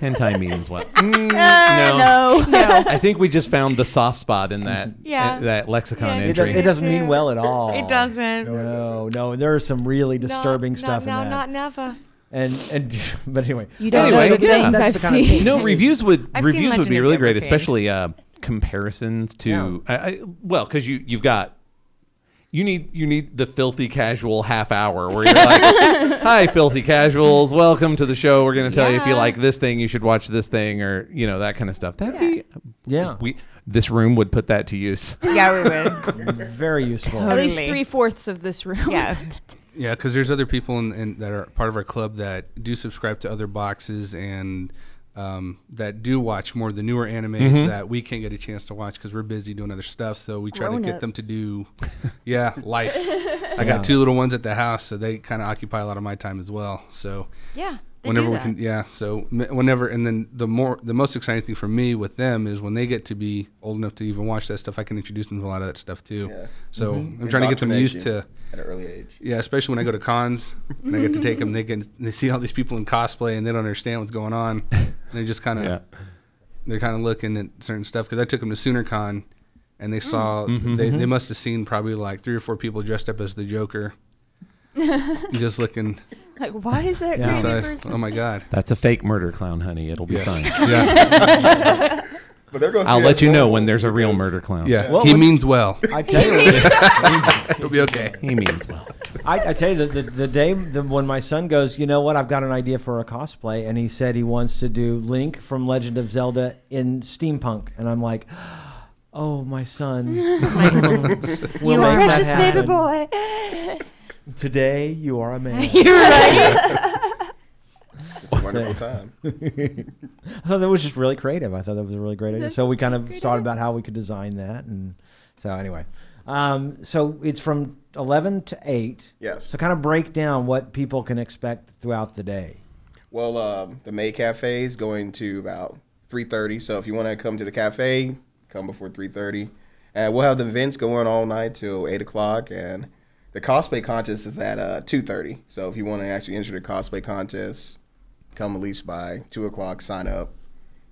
S4: hentai means well. Mm,
S7: Uh, no.
S4: I think we just found the soft spot in that
S3: Yeah.
S4: that lexicon
S3: Yeah,
S1: it,
S4: entry.
S1: does, it doesn't mean well at all.
S3: It doesn't.
S1: No, no, no. There is some really disturbing stuff
S3: No,
S1: in that.
S3: not never.
S1: and and but anyway,
S7: You don't
S4: Anyway,
S7: know the
S4: yeah.
S7: things
S1: That's
S7: I've
S1: the kind of
S7: seen.
S1: thing.
S4: No, reviews would
S3: I've seen
S4: reviews
S3: Legend
S4: would be
S3: of
S4: really
S3: Gamma
S4: great,
S3: Fiend.
S4: especially uh, comparisons to. I, I, well, because you you've got You need you need the filthy casual half hour where you're like, "Hi, filthy casuals, welcome to the show. We're going to tell you if you
S3: Yeah.
S4: like this thing, you should watch this thing, or you know that kind of stuff." That'd be
S1: Yeah.
S4: We this room would put that to use.
S2: Yeah, we would.
S1: Very useful.
S7: At least
S3: Totally.
S7: three fourths of this room.
S3: Yeah.
S5: Yeah, because there's other people in, in that are part of our club that do subscribe to other boxes and um, that do watch more of the newer animes that we can't get a chance to watch because we're busy doing other stuff. So we try to get them to do, yeah, life. I got two little ones at the house, so they kind of occupy a lot of my time as well. So
S3: Yeah. They
S5: whenever
S3: do
S5: we
S3: that.
S5: can yeah so m- whenever and then the more the most exciting thing for me with them is when they get to be old enough to even watch that stuff i can introduce them to a lot of that stuff too
S6: Yeah. Mm-hmm.
S5: so i'm trying to get them used to
S6: Indoctrination at an early age.
S5: yeah especially when i go to cons and i get to take them they can they see all these people in cosplay and they don't understand what's going on and they're just kind of
S4: Yeah.
S5: they're kind of looking at certain stuff because i took them to SoonerCon and they saw they, they must have seen probably like three or four people dressed up as the joker just looking
S7: Like, why is that
S1: Yeah.
S7: crazy
S5: besides,
S7: person?
S5: oh my god
S4: That's a fake murder clown, honey. It'll be fine.
S5: yeah
S6: But they're going.
S4: I'll let you know when there's a real murder clown.
S5: Yeah,
S1: Well,
S5: he
S1: what-
S5: means well.
S1: I tell you,
S5: It'll be okay.
S4: He means well.
S1: I, I tell you, the, the, the day the, when my son goes, you know what? I've got an idea for a cosplay, and he said he wants to do Link from Legend of Zelda in steampunk, and I'm like, oh, my son, we'll
S3: You are
S1: make that
S2: Precious baby boy.
S1: happen. Today you are a man.
S3: You're right.
S6: It's a wonderful time.
S1: I thought that was just really creative. I thought that was a really great idea. So we kind of thought about how we could design that, and so anyway, um, so it's from eleven to eight.
S6: Yes.
S1: So kind of break down what people can expect throughout the day.
S6: Well, um, the May Cafe is going to about 3.30, so if you want to come to the cafe, come before 3.30. And we'll have the events going all night till 8 o'clock, and the cosplay contest is at uh, 2.30. So if you want to actually enter the cosplay contest, come at least by 2 o'clock, sign up,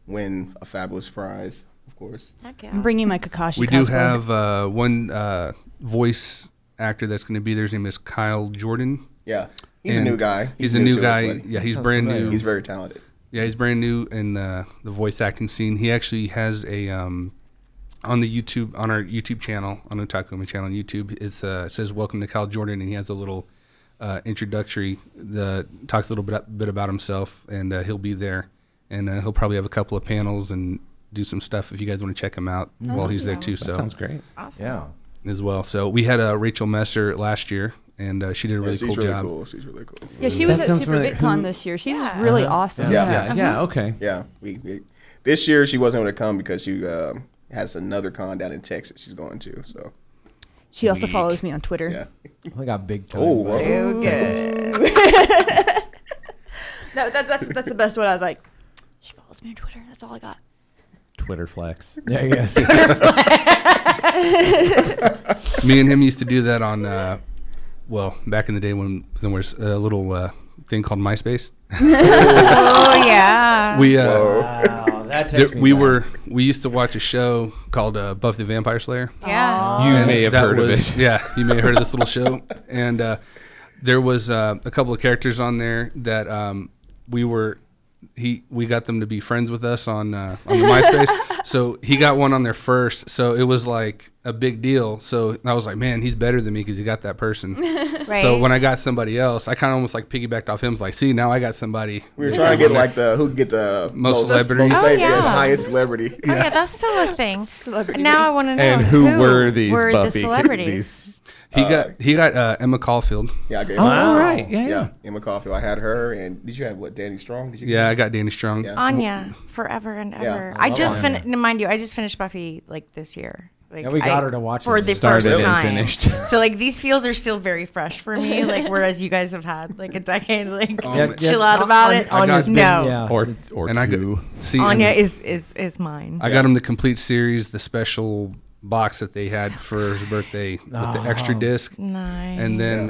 S6: win a fabulous prize, of course.
S7: I'm bringing my Kakashi.
S5: We do
S7: cosplay.
S5: have uh, one uh, voice actor that's going to be there. His name is Kyle Jordan.
S6: Yeah, he's
S5: And
S6: a new guy.
S5: He's, a new
S6: to it,
S5: guy.
S6: but
S5: yeah, he's
S1: Sounds
S5: brand
S1: familiar.
S5: new.
S6: He's very talented.
S5: yeah, he's brand new in uh, the voice acting scene. He actually has a um, on the YouTube on our YouTube channel on Otakuma channel on YouTube. It's uh, it says Welcome to Kyle Jordan, and he has a little uh, introductory that talks a little bit bit about himself, and uh, he'll be there, and uh, he'll probably have a couple of panels and do some stuff if you guys want to check him out while he's there too. so
S4: great.
S3: Uh-huh.
S1: Yeah.
S5: as well. So we had uh, Rachel Messer last year, and uh, she did a really
S6: yeah, she's
S5: cool
S6: really
S5: job.
S6: cool. She's really cool.
S7: Yeah, she was
S4: That
S7: at
S4: sounds
S7: Super
S4: familiar.
S7: VidCon
S4: Who-
S7: this year. She's
S3: Yeah.
S7: really awesome.
S6: Yeah.
S4: Yeah. Yeah. Okay.
S6: Yeah, we, we this year she wasn't able to come because she um, has another con down in Texas she's going to. So
S7: She also follows me on Twitter.
S6: yeah,
S1: I got big toes.
S6: oh,
S1: but-
S6: well,
S7: No, that, that's that's the best one. I was like, she follows me on Twitter. That's all I got.
S4: Twitter flex.
S1: Yeah, yes.
S5: Me and him used to do that on, uh, well, back in the day when there was a little uh, thing called MySpace.
S2: Oh yeah.
S5: We uh,
S1: wow, that
S5: there-
S1: takes me
S5: we
S1: back.
S5: were we used to watch a show called uh, Buff the Vampire Slayer.
S2: Yeah.
S4: You
S5: And
S4: may have
S5: that
S4: heard
S5: was-
S4: of it.
S5: Yeah, you may have heard of this little show. And uh, there was uh, a couple of characters on there that um, we were he we got them to be friends with us on uh, on the MySpace. so he got one on there first. So it was like a big deal. So I was like, man, he's better than me because he got that person.
S2: Right.
S5: So when I got somebody else, I kind of almost like piggybacked off him. It's like, see, now I got somebody.
S6: we were trying to get like the who could get the
S5: Most celebrities.
S6: most
S5: Oh,
S6: favorite,
S2: yeah.
S6: highest celebrity.
S3: Oh, yeah, that's still a thing. Now I want to know
S4: And who, were these
S3: were
S4: Buffy?
S3: the celebrities?
S4: These,
S5: he got he got uh, Emma Caulfield.
S6: Yeah, I gave
S4: All right. Yeah.
S6: yeah.
S4: yeah.
S6: Emma Caulfield. I had her, and did you have what? Danny Strong? Did you?
S5: Yeah, I got Danny Strong.
S6: Yeah.
S3: Anya, forever and ever.
S6: I
S3: I just finished. Mind you, I just finished Buffy like this year. Like,
S1: Yeah, we got
S3: I-
S1: her to watch
S3: for
S1: it.
S3: the
S4: Started
S3: first
S4: and
S3: time.
S4: finished.
S3: so like these feels are still very fresh for me. Like whereas you guys have had like a decade. Like
S1: Yeah, yeah,
S3: chill out about
S1: An-
S3: it.
S1: Anya's been-
S3: no,
S1: yeah.
S4: Or or
S5: And I
S4: two.
S5: got see and-
S3: Anya is is is mine.
S5: I got him the complete series, the special box that they had for his birthday with the extra disc,
S3: nice.
S5: and then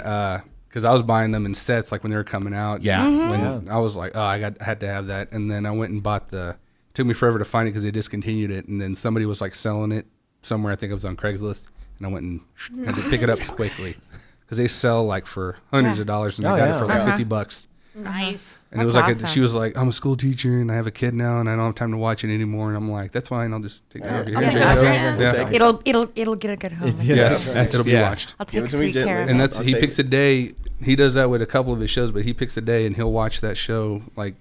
S5: because I was buying them in sets, like when they were coming out.
S4: Yeah.
S3: Mm-hmm.
S5: when I was like, oh, I got had to have that, and then I went and bought the. Took me forever to find it because they discontinued it, and then somebody was like selling it somewhere. I think it was on Craigslist, and I went and had to pick it up quickly because they sell like for hundreds of dollars, and
S1: Oh,
S5: I got
S1: yeah.
S5: it for like
S3: Uh-huh.
S5: fifty bucks.
S2: Nice.
S5: And it was
S3: That's
S5: like a,
S3: awesome.
S5: she was like, "I'm a school teacher and I have a kid now and I don't have time to watch it anymore." And I'm like, "That's fine. I'll just take that.
S6: I'll
S5: Here,
S6: take
S5: take
S6: that
S5: it
S6: off your
S5: over."
S6: hands.
S5: Yeah.
S6: Take it.
S3: It'll it'll it'll get a good home.
S1: It- yeah.
S5: Yes,
S6: That's
S5: it'll be
S4: right.
S5: watched.
S3: I'll
S6: Give it
S3: take
S6: to me
S3: sweet
S6: gently.
S3: care of
S5: And
S3: it.
S5: that's
S6: I'll
S5: he
S6: take
S5: picks a day. He does that with a couple of his shows, but he picks a day and he'll watch that show like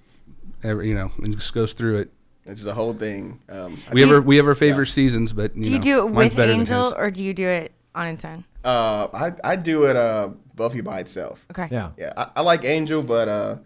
S5: every you know and just goes through it.
S6: It's the whole thing. Um, I
S5: We
S6: think-
S5: have our, we have our favorite seasons, but you
S3: Do you
S5: know,
S3: do it
S5: mine's
S3: with
S5: better than
S3: Angel
S5: his.
S3: or do you do it on its own?
S6: uh, I I do it uh Buffy by itself.
S3: Okay.
S1: Yeah.
S6: Yeah, I, I like Angel, but uh,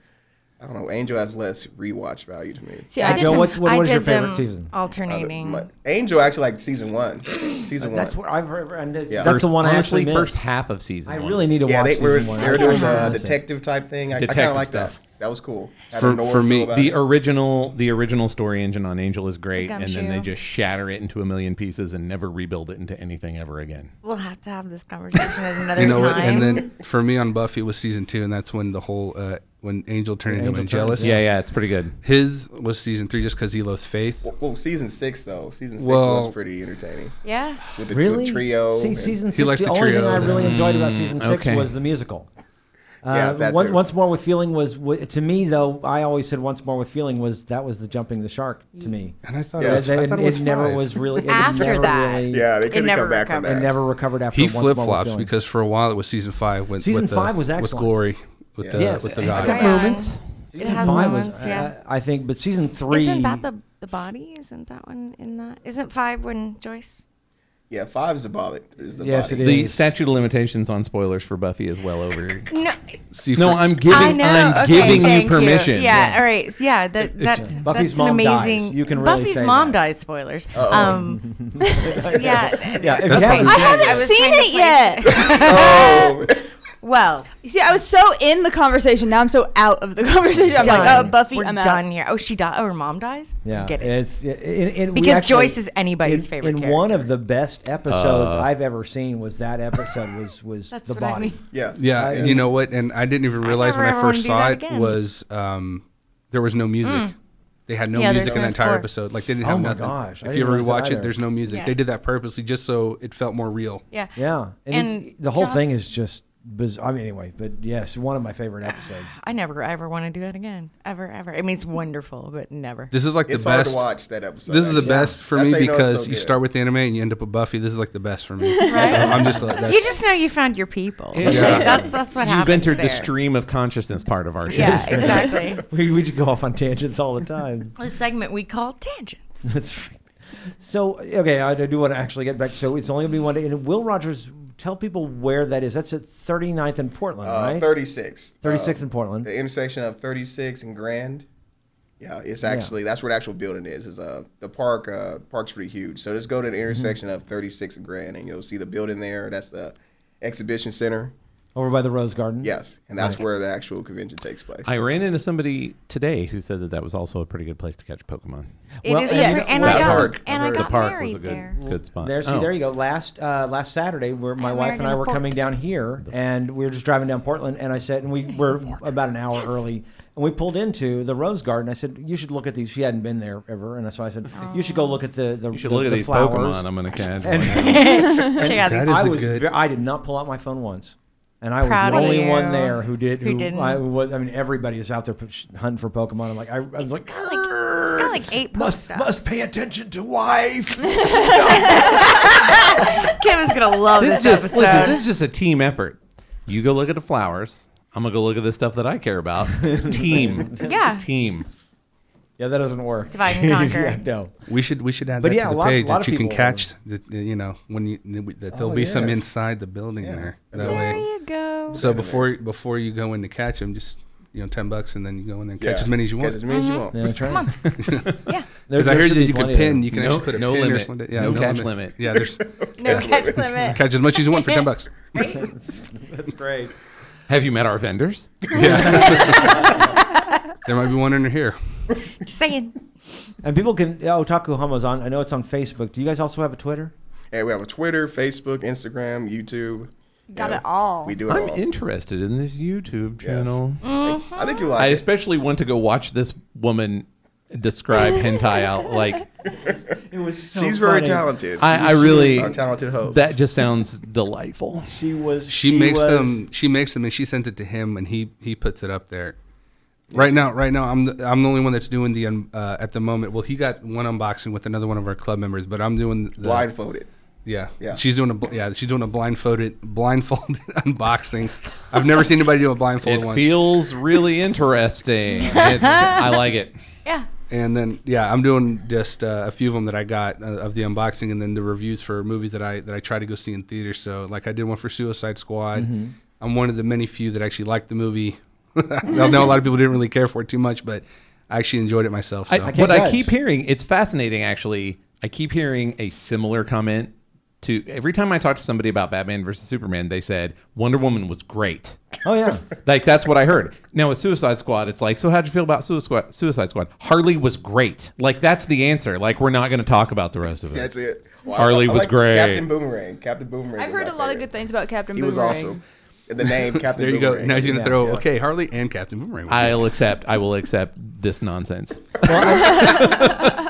S6: I don't know. Angel has less rewatch value to me.
S3: See,
S1: Yeah,
S3: I did
S1: Joe,
S3: them-
S1: what's- what-
S3: I
S1: what is your
S3: did
S1: favorite
S3: them
S1: season?
S3: Alternating.
S5: Uh,
S6: My- Angel actually like season one, season
S1: That's
S6: one.
S1: where I've heard. And it's-
S6: Yeah.
S1: That's
S4: First-
S1: the one I
S4: honestly,
S1: actually missed.
S4: first half of season.
S1: I
S4: one.
S1: really need to
S6: Yeah,
S1: watch
S6: they were
S1: season one.
S6: they were
S1: I
S6: doing
S1: can't
S6: the
S1: remember this.
S6: detective type thing. I, I kind
S4: Detective
S6: of like
S4: stuff.
S6: that. That was cool. Had a
S5: For-
S6: Nora
S5: for me,
S6: feel about
S4: the
S6: it.
S4: original the original story engine on Angel is great,
S3: The
S4: and then they
S3: gumshoe.
S4: just shatter it into a million pieces and never rebuild it into anything ever again.
S3: We'll have to have this conversation at another
S5: You know what?
S3: time.
S5: And then for me on Buffy it was season two, and that's when the whole uh, when Angel turned into
S1: Angel turns-
S5: Angelus.
S4: Yeah, yeah, it's pretty good.
S5: His was season three just because he loves faith.
S6: well, season six though. Season six
S5: Well-
S6: was pretty enterteaning
S3: yeah.
S6: with the,
S1: Really?
S6: the trio.
S1: See,
S6: and-
S1: season six.
S5: likes
S1: the,
S5: the
S1: only thing I
S5: trio. Mm,
S1: really enjoyed about season six
S4: okay.
S1: was the musical.
S6: Yeah,
S1: Uh,
S6: it's that
S1: One-
S6: too.
S1: once more with feeling was wa- to me though. I always said once more with feeling was that was the jumping the shark to me.
S5: And I thought
S6: Yeah,
S5: it was,
S1: That-
S5: I
S1: it,
S5: thought it was
S1: never
S5: five.
S1: was really it
S3: After
S1: never
S3: that.
S1: Really,
S6: yeah, they
S3: It
S6: couldn't
S3: never
S6: come back from
S3: recovered.
S1: it
S6: that.
S1: never recovered after.
S5: He
S1: Once More With
S5: flip flops
S1: Feeling.
S5: because for a while it was season five with
S1: Season
S5: with the,
S1: five was
S5: with
S1: excellent.
S5: glory with the
S1: Yes.
S5: with the
S1: It's
S5: guy.
S3: got- moments. It
S1: five
S3: has moments.
S1: was,
S3: yeah.
S1: uh, I think, but season three.
S3: Isn't that the the body? Isn't that one in that? Isn't five when Joyce?
S6: Yeah, five is the body. Is the
S1: Yes,
S6: body.
S1: it
S4: The
S1: is.
S4: statute of limitations on spoilers for Buffy is well over.
S3: No,
S5: See,
S4: no,
S5: for-
S4: I'm giving
S3: I know.
S4: I'm
S3: okay,
S4: giving you
S3: thank
S4: permission.
S3: Yeah, All right. So, yeah. That that
S1: Buffy's
S3: that's
S1: mom
S3: an
S1: dies.
S3: amazing.
S1: You can really
S3: Buffy's
S1: say
S3: mom
S1: that.
S3: dies. Spoilers. Um. yeah.
S1: Yeah, if
S5: That's
S1: you
S5: probably-
S1: haven't
S7: I
S1: seen it,
S7: haven't
S3: I was
S7: seen
S3: trying
S7: it
S3: to
S7: yet.
S6: Oh,
S3: Well.
S7: You See, I was so in the conversation. Now I'm so out of the conversation. I'm like, oh,
S3: done.
S7: Buffy,
S3: We're
S7: I'm out.
S3: done here. Oh, she died. Oh, her mom dies.
S1: Yeah,
S3: Get it.
S1: it's it, it, it- we
S3: Because
S1: actually-
S3: Joyce is anybody's
S1: in,
S3: favorite
S1: In
S3: character.
S1: one of the best episodes
S6: Uh.
S1: I've ever seen was that episode was was
S3: That's
S1: the
S3: what I
S1: body.
S3: mean.
S6: yeah,
S5: Yeah,
S1: I-
S5: and you know what? And I didn't even realize when
S3: never
S5: I
S3: ever wanna
S5: first
S3: do
S5: saw
S3: that
S5: it
S3: again.
S5: was um, there was no music. They had no
S3: Mm. Yeah,
S5: music
S3: there's
S5: in
S3: no
S5: that entire
S3: score.
S5: episode. Like they didn't
S1: Oh
S5: have
S1: my
S5: nothing.
S1: gosh, I
S5: if
S1: didn't
S5: you ever
S1: realize
S5: watch
S1: that
S5: it, there's no music.
S3: Yeah.
S5: They did that purposely just so it felt more real.
S3: Yeah.
S1: Yeah, and, it's,
S3: And
S1: the whole thing
S3: just-
S1: is just bizarre. I mean, anyway, but yes, one of my favorite episodes.
S3: I never ever want to do that again. Ever, ever. I mean, it's wonderful, but never.
S5: This is like
S6: it's
S5: the
S6: hard
S5: best.
S6: to watch that episode.
S5: This is the
S6: actually.
S5: best for
S6: That's
S5: me
S6: how you know it's so
S5: because you
S6: good.
S5: start with anime and you end up with Buffy. This is like the best for me. So I'm just like that's,
S3: you just know you found your people. that's, that's what happens.
S4: You've entered
S3: there.
S4: the stream of consciousness part of our show.
S3: Yeah, exactly.
S1: We we just go off on tangents all the time.
S3: the segment we call tangents.
S1: That's right. So okay, I do want to actually get back. So it's only gonna be one day. And Will Rogers, tell people where that is. That's at 39th in Portland,
S6: Uh,
S1: right?
S6: 36.
S1: 36
S6: Uh,
S1: in Portland.
S6: The intersection of 36 and Grand. Yeah, it's actually that's where the actual building is. Is uh the park uh park's pretty huge. So just go to the
S1: Mm-hmm.
S6: intersection of 36 and Grand, and you'll see the building there. That's the exhibition center.
S1: over by the Rose Garden.
S6: Yes, and that's where the actual convention takes place.
S4: I ran into somebody today who said that that was also a pretty good place to catch Pokemon.
S3: It
S1: Well,
S3: is
S1: and-
S3: a- and I
S6: That
S3: got,
S6: park.
S3: and I
S6: The
S4: The
S3: got
S4: park
S3: married
S4: was a good
S3: there.
S4: good spot.
S1: There, see,
S4: Oh.
S1: there you go. Last uh, last Saturday, where my
S3: And
S1: wife
S3: we're
S1: and I
S3: gonna
S1: were
S3: fork-
S1: coming down here, and we were just driving down Portland, and I said, and we were about an hour early, and we pulled into the Rose Garden. I said, you should look at these. She hadn't been there ever, and so I said, you should go look at the the,
S4: You should
S1: the-
S4: look at
S1: the
S4: these
S1: flowers.
S4: Pokemon. I'm gonna
S1: And-
S4: catch. one.
S3: Check out
S5: That
S3: these.
S5: is
S1: I
S5: a
S1: was
S5: good-
S1: ve- I did not pull out my phone once. And I was
S3: Proud
S1: the
S3: of
S1: only one
S3: you.
S1: there who did.
S3: Who
S1: Who,
S3: didn't.
S1: I was. I mean, everybody is out there p- hunting for Pokemon. I'm like, I, I was like,
S3: It's got like eight
S1: must
S3: post-ups.
S1: must pay attention to wife.
S3: Kim is gonna love
S4: this
S3: this,
S4: is just
S3: episode.
S4: listen. This is just a team effort. You go look at the flowers. I'm gonna go look at the stuff that I care about. team.
S3: Yeah.
S4: Team.
S1: yeah, that doesn't work.
S3: Divide and conquer.
S1: yeah, no.
S5: we should we should add
S1: But
S5: that
S1: yeah,
S5: to
S1: a
S5: the
S1: lot-
S5: page
S1: lot of
S5: that you can
S1: people-
S5: catch. The, you know when you that there'll
S6: Oh,
S5: be some
S6: yes.
S5: inside the building there. That
S3: there
S5: way.
S3: you go.
S5: So before before you go in to catch them, just you know ten bucks, and then you go in and
S6: Yeah,
S5: catch as many as you
S6: catch
S5: want.
S6: as many as you
S7: Mm-hmm.
S6: want.
S1: Yeah, that's right.
S3: yeah.
S1: There-
S5: Because I
S1: there
S5: heard
S1: should
S5: that
S1: be plenty
S5: you could
S1: of
S5: pin,
S1: them.
S5: you can
S4: No-
S5: actually put a
S4: no
S5: pin or
S4: limit.
S5: something.
S4: No catch limit.
S5: Yeah, there's
S3: No catch limit.
S5: catch as much as you want for ten bucks.
S1: That's great.
S4: Have you met our vendors?
S5: There might be one under here.
S3: Just saying.
S1: And people can oh Otaku Homo's on. I know it's on Facebook. Do you guys also have a Twitter?
S6: And we have a Twitter, Facebook, Instagram, YouTube.
S7: Got
S6: Yeah,
S7: it all.
S6: We do it
S4: I'm
S6: all.
S4: interested in this YouTube channel.
S6: Mm. I think you
S4: I
S6: like. it.
S4: especially want to go watch this woman describe hentai out. Like
S1: It was so
S6: She's very
S1: funny.
S6: talented.
S4: I, I
S6: She's
S4: really
S6: a talented host.
S4: that just sounds delightful.
S1: She was.
S5: She, makes
S1: was-
S5: them. She makes them, and she sends it to him, and he he puts it up there. Right now, right now, I'm the, I'm the only one that's doing the um, uh, at the moment. Well, he got one unboxing with another one of our club members, but I'm doing the,
S6: blindfolded.
S5: Yeah,
S6: Yeah.
S5: She's doing a bl- yeah. She's doing a blindfolded blindfolded unboxing. I've never seen anybody do a blindfolded
S4: It
S5: one.
S4: feels really interesting. It- I like it.
S2: Yeah.
S5: and then yeah, I'm doing just uh, a few of them that I got uh, of the unboxing, and then the reviews for movies that I that I try to go see in theaters. So like I did one for Suicide Squad.
S4: Mm-hmm.
S5: I'm one of the many few that actually liked the movie. I know a lot of people didn't really care for it too much, but I actually enjoyed it myself. So.
S4: I, what I
S1: judge.
S4: keep hearing, it's fascinating actually. I keep hearing a similar comment to every time I talk to somebody about Batman versus Superman, they said Wonder Woman was great.
S1: Oh yeah.
S4: Like that's what I heard. Now with Suicide Squad, it's like, so how'd you feel about Suicide Suicide Squad? Harley was great. Like that's the answer. Like we're not going to talk about the rest of it.
S6: That's it. Well,
S4: Harley was great.
S6: Captain Boomerang. Captain Boomerang.
S7: I've
S6: was
S7: heard
S6: my
S7: a lot of
S6: favorite.
S7: good things about Captain
S6: He was
S7: Boomerang.
S6: awesome. And The name Captain
S5: there you go.
S6: Boomerang.
S5: Now he's gonna throw
S1: yeah.
S5: okay Harley and Captain Boomerang.
S4: I'll accept. I will accept this nonsense.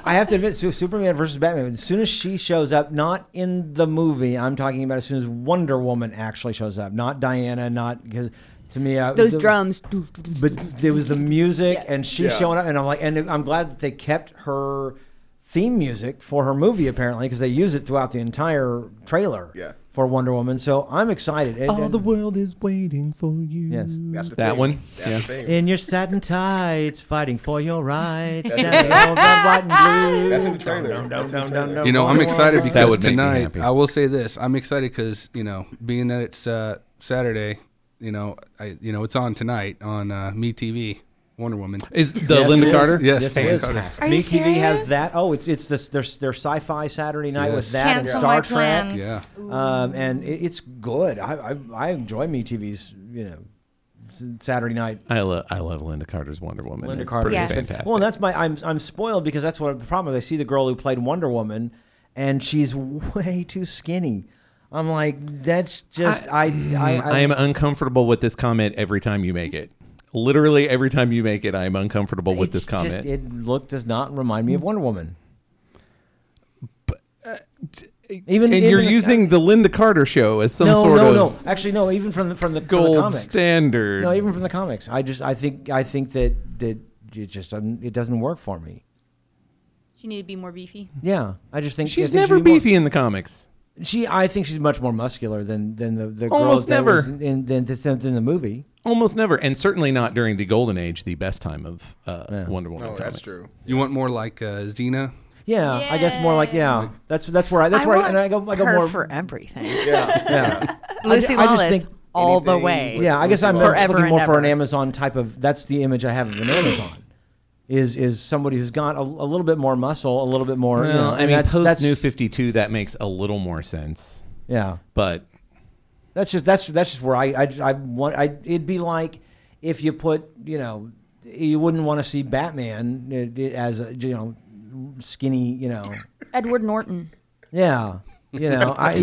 S1: I have to admit, Su- Superman versus Batman. As soon as she shows up, not in the movie, I'm talking about as soon as Wonder Woman actually shows up, not Diana, not because to me uh,
S7: Those
S1: the-
S7: drums.
S1: But there was the music, and she
S6: Yeah.
S1: showing up, and I'm like, and I'm glad that they kept her theme music for her movie apparently because they use it throughout the entire trailer
S6: Yeah.
S1: for Wonder Woman. So I'm excited. And-
S4: All
S1: and-
S4: the world is waiting for you.
S1: Yes.
S6: That's the
S4: That
S6: thing.
S4: one?
S6: That's
S4: Yeah.
S6: the thing.
S1: in your satin tights, fighting for your rights. standing on the white and blue.
S6: That's in the trailer. That's in the trailer.
S5: You know, I'm excited because
S4: That would make me
S5: tonight
S4: happy.
S5: I will say this: I'm excited because you know, being that it's uh, Saturday, you know, I you know it's on tonight on uh, Me TV, Wonder Woman.
S4: Is the
S1: Yes,
S4: Linda
S1: it
S4: Carter?
S1: is.
S5: Yes,
S1: yes,
S5: Linda
S1: it is.
S5: Carter.
S2: Are you
S1: Sneak TV has
S2: serious?
S1: that. Oh, it's it's this their their sci-fi Saturday night
S5: Yes.
S1: with that
S3: Cancel
S1: and Star
S3: my
S1: Trek,
S3: plans.
S5: Yeah,
S1: um, and it, it's good. I, I I enjoy MeTV's you know s- Saturday night
S4: I love I love Linda Carter's Wonder Woman.
S1: Linda
S4: It's
S1: Carter.
S4: pretty
S1: is
S2: Yes.
S4: fantastic.
S1: Well, and that's my I'm I'm spoiled because that's what the problem is. I see the girl who played Wonder Woman, and she's way too skinny. I'm like, that's just I I, I,
S4: Mm, Um, I am uncomfortable with this comment every time you make it. Literally every time you make it, I am uncomfortable with this
S1: it's just-
S4: comment.
S1: it look does not remind me of Wonder Woman. even
S4: uh, and
S1: even- uh,
S4: you're using the Linda Carter show as some
S1: no
S4: sort
S1: no
S4: of
S1: no actually no even from the from the, from the
S4: gold
S1: comics.
S4: standard.
S1: No, even from the comics. I just I think I think that that it just doesn't it doesn't work for me.
S7: You need to be more beefy.
S1: Yeah, I just think I
S4: She's
S1: think
S4: never
S1: she'd be more-
S4: beefy in the comics.
S1: she, I think she's much more muscular than than the, the girl
S4: Almost
S1: that
S4: never.
S1: was in, in, than that's in the movie.
S4: Almost never. And certainly not during the golden age, the best time of uh, Wonder Woman.
S6: No,
S4: comics.
S6: Oh, that's true.
S5: you want more like uh, Xena?
S1: Yeah, I guess more like yeah. That's that's where I that's
S3: I
S1: where I,
S3: want
S1: and I go I go
S3: her
S1: more
S3: for everything.
S6: Yeah.
S1: yeah
S3: Lucy
S1: I
S3: I,
S1: just
S3: Lawless,
S1: think
S3: all the
S6: anything
S3: way.
S6: with-
S1: yeah. I guess I'm
S6: Forever
S1: just looking
S3: and
S1: more for an
S3: ever.
S1: Amazon type of that's the image I have of an Amazon. Is is somebody who's got a, a little bit more muscle, a little bit more. you know,
S4: Well, I
S1: and
S4: mean,
S1: that's,
S4: post
S1: that's
S4: New 52, that makes a little more sense.
S1: yeah.
S4: But
S1: That's just that's that's just where I I, I want I it'd be like if you put you know you wouldn't want to see Batman uh, as a you know skinny you know
S7: Edward Norton.
S1: yeah you know I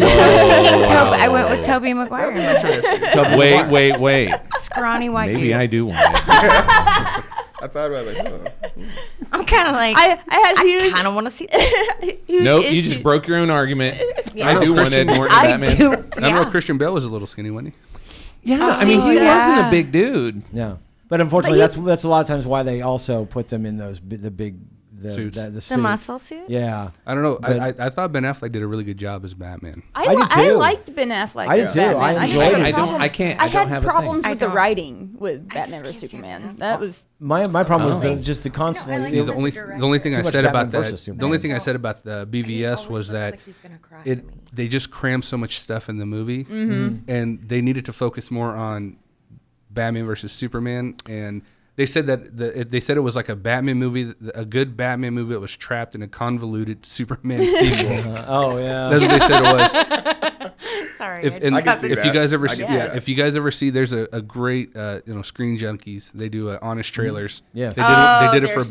S3: Tob- I went with Toby Maguire.
S6: Interesting.
S4: Oh. wait, wait, wait.
S3: Scrawny white
S4: Maybe
S3: dude.
S4: I do want it.
S6: I thought about it. Like, oh.
S3: I'm kind of like, I,
S7: I, I had huge,
S3: kind of want to see that.
S7: huge
S4: Nope, you
S7: issues.
S4: just broke your own argument. I
S5: know,
S4: do want Ed
S5: Christian-
S4: Norton
S3: I
S4: Batman.
S3: do.
S5: I don't
S3: Yeah.
S5: know. Christian Bale was a little skinny, wasn't he?
S4: Yeah, I mean, he
S3: yeah.
S4: wasn't a big dude.
S1: yeah but unfortunately
S7: But
S1: that's that's a lot of times why they also put them in those bi- the big the,
S5: Suits.
S1: the, the
S3: The
S1: suit.
S3: muscle suit?
S1: yeah
S5: I don't know. I, I,
S1: But-
S5: I thought Ben Affleck did a really good job as Batman.
S7: I,
S1: I
S7: li-
S1: did
S7: I
S1: too.
S7: liked Ben Affleck.
S1: I did
S7: as
S1: too.
S7: Batman.
S1: I
S7: just
S1: enjoyed
S7: had
S1: it.
S7: a
S1: I don't-
S7: problem-
S4: I can't- I
S7: I,
S4: don't
S7: had
S4: have a thing.
S7: problems
S3: I
S7: with the
S3: don't.
S7: writing with
S3: just
S7: Batman vs
S3: can't see it.
S7: Superman. That was
S1: my my problem was the,
S4: Oh.
S1: just the constant
S5: See, the only the only thing I
S1: much
S5: said about
S1: Batman
S5: that
S1: versus
S5: the only thing I said about the BVS was that it they just crammed so much stuff in the movie,
S1: Mm-hmm.
S5: and they needed to focus more on Batman versus Superman. And they said that the, it, they said it was like a Batman movie, a good Batman movie that was trapped in a convoluted Superman sequel.
S1: oh yeah
S5: That's what they said it was.
S3: Sorry.
S5: If, and
S6: I can see
S5: if
S6: that.
S5: you guys ever
S6: I
S5: see,
S6: can see
S5: yeah,
S6: that.
S5: if you guys ever see, there's a, a great, uh, you know, Screen Junkies. They do uh, honest trailers.
S1: Yes.
S5: they did,
S3: Oh,
S5: it- they did it
S7: they're
S5: for
S7: so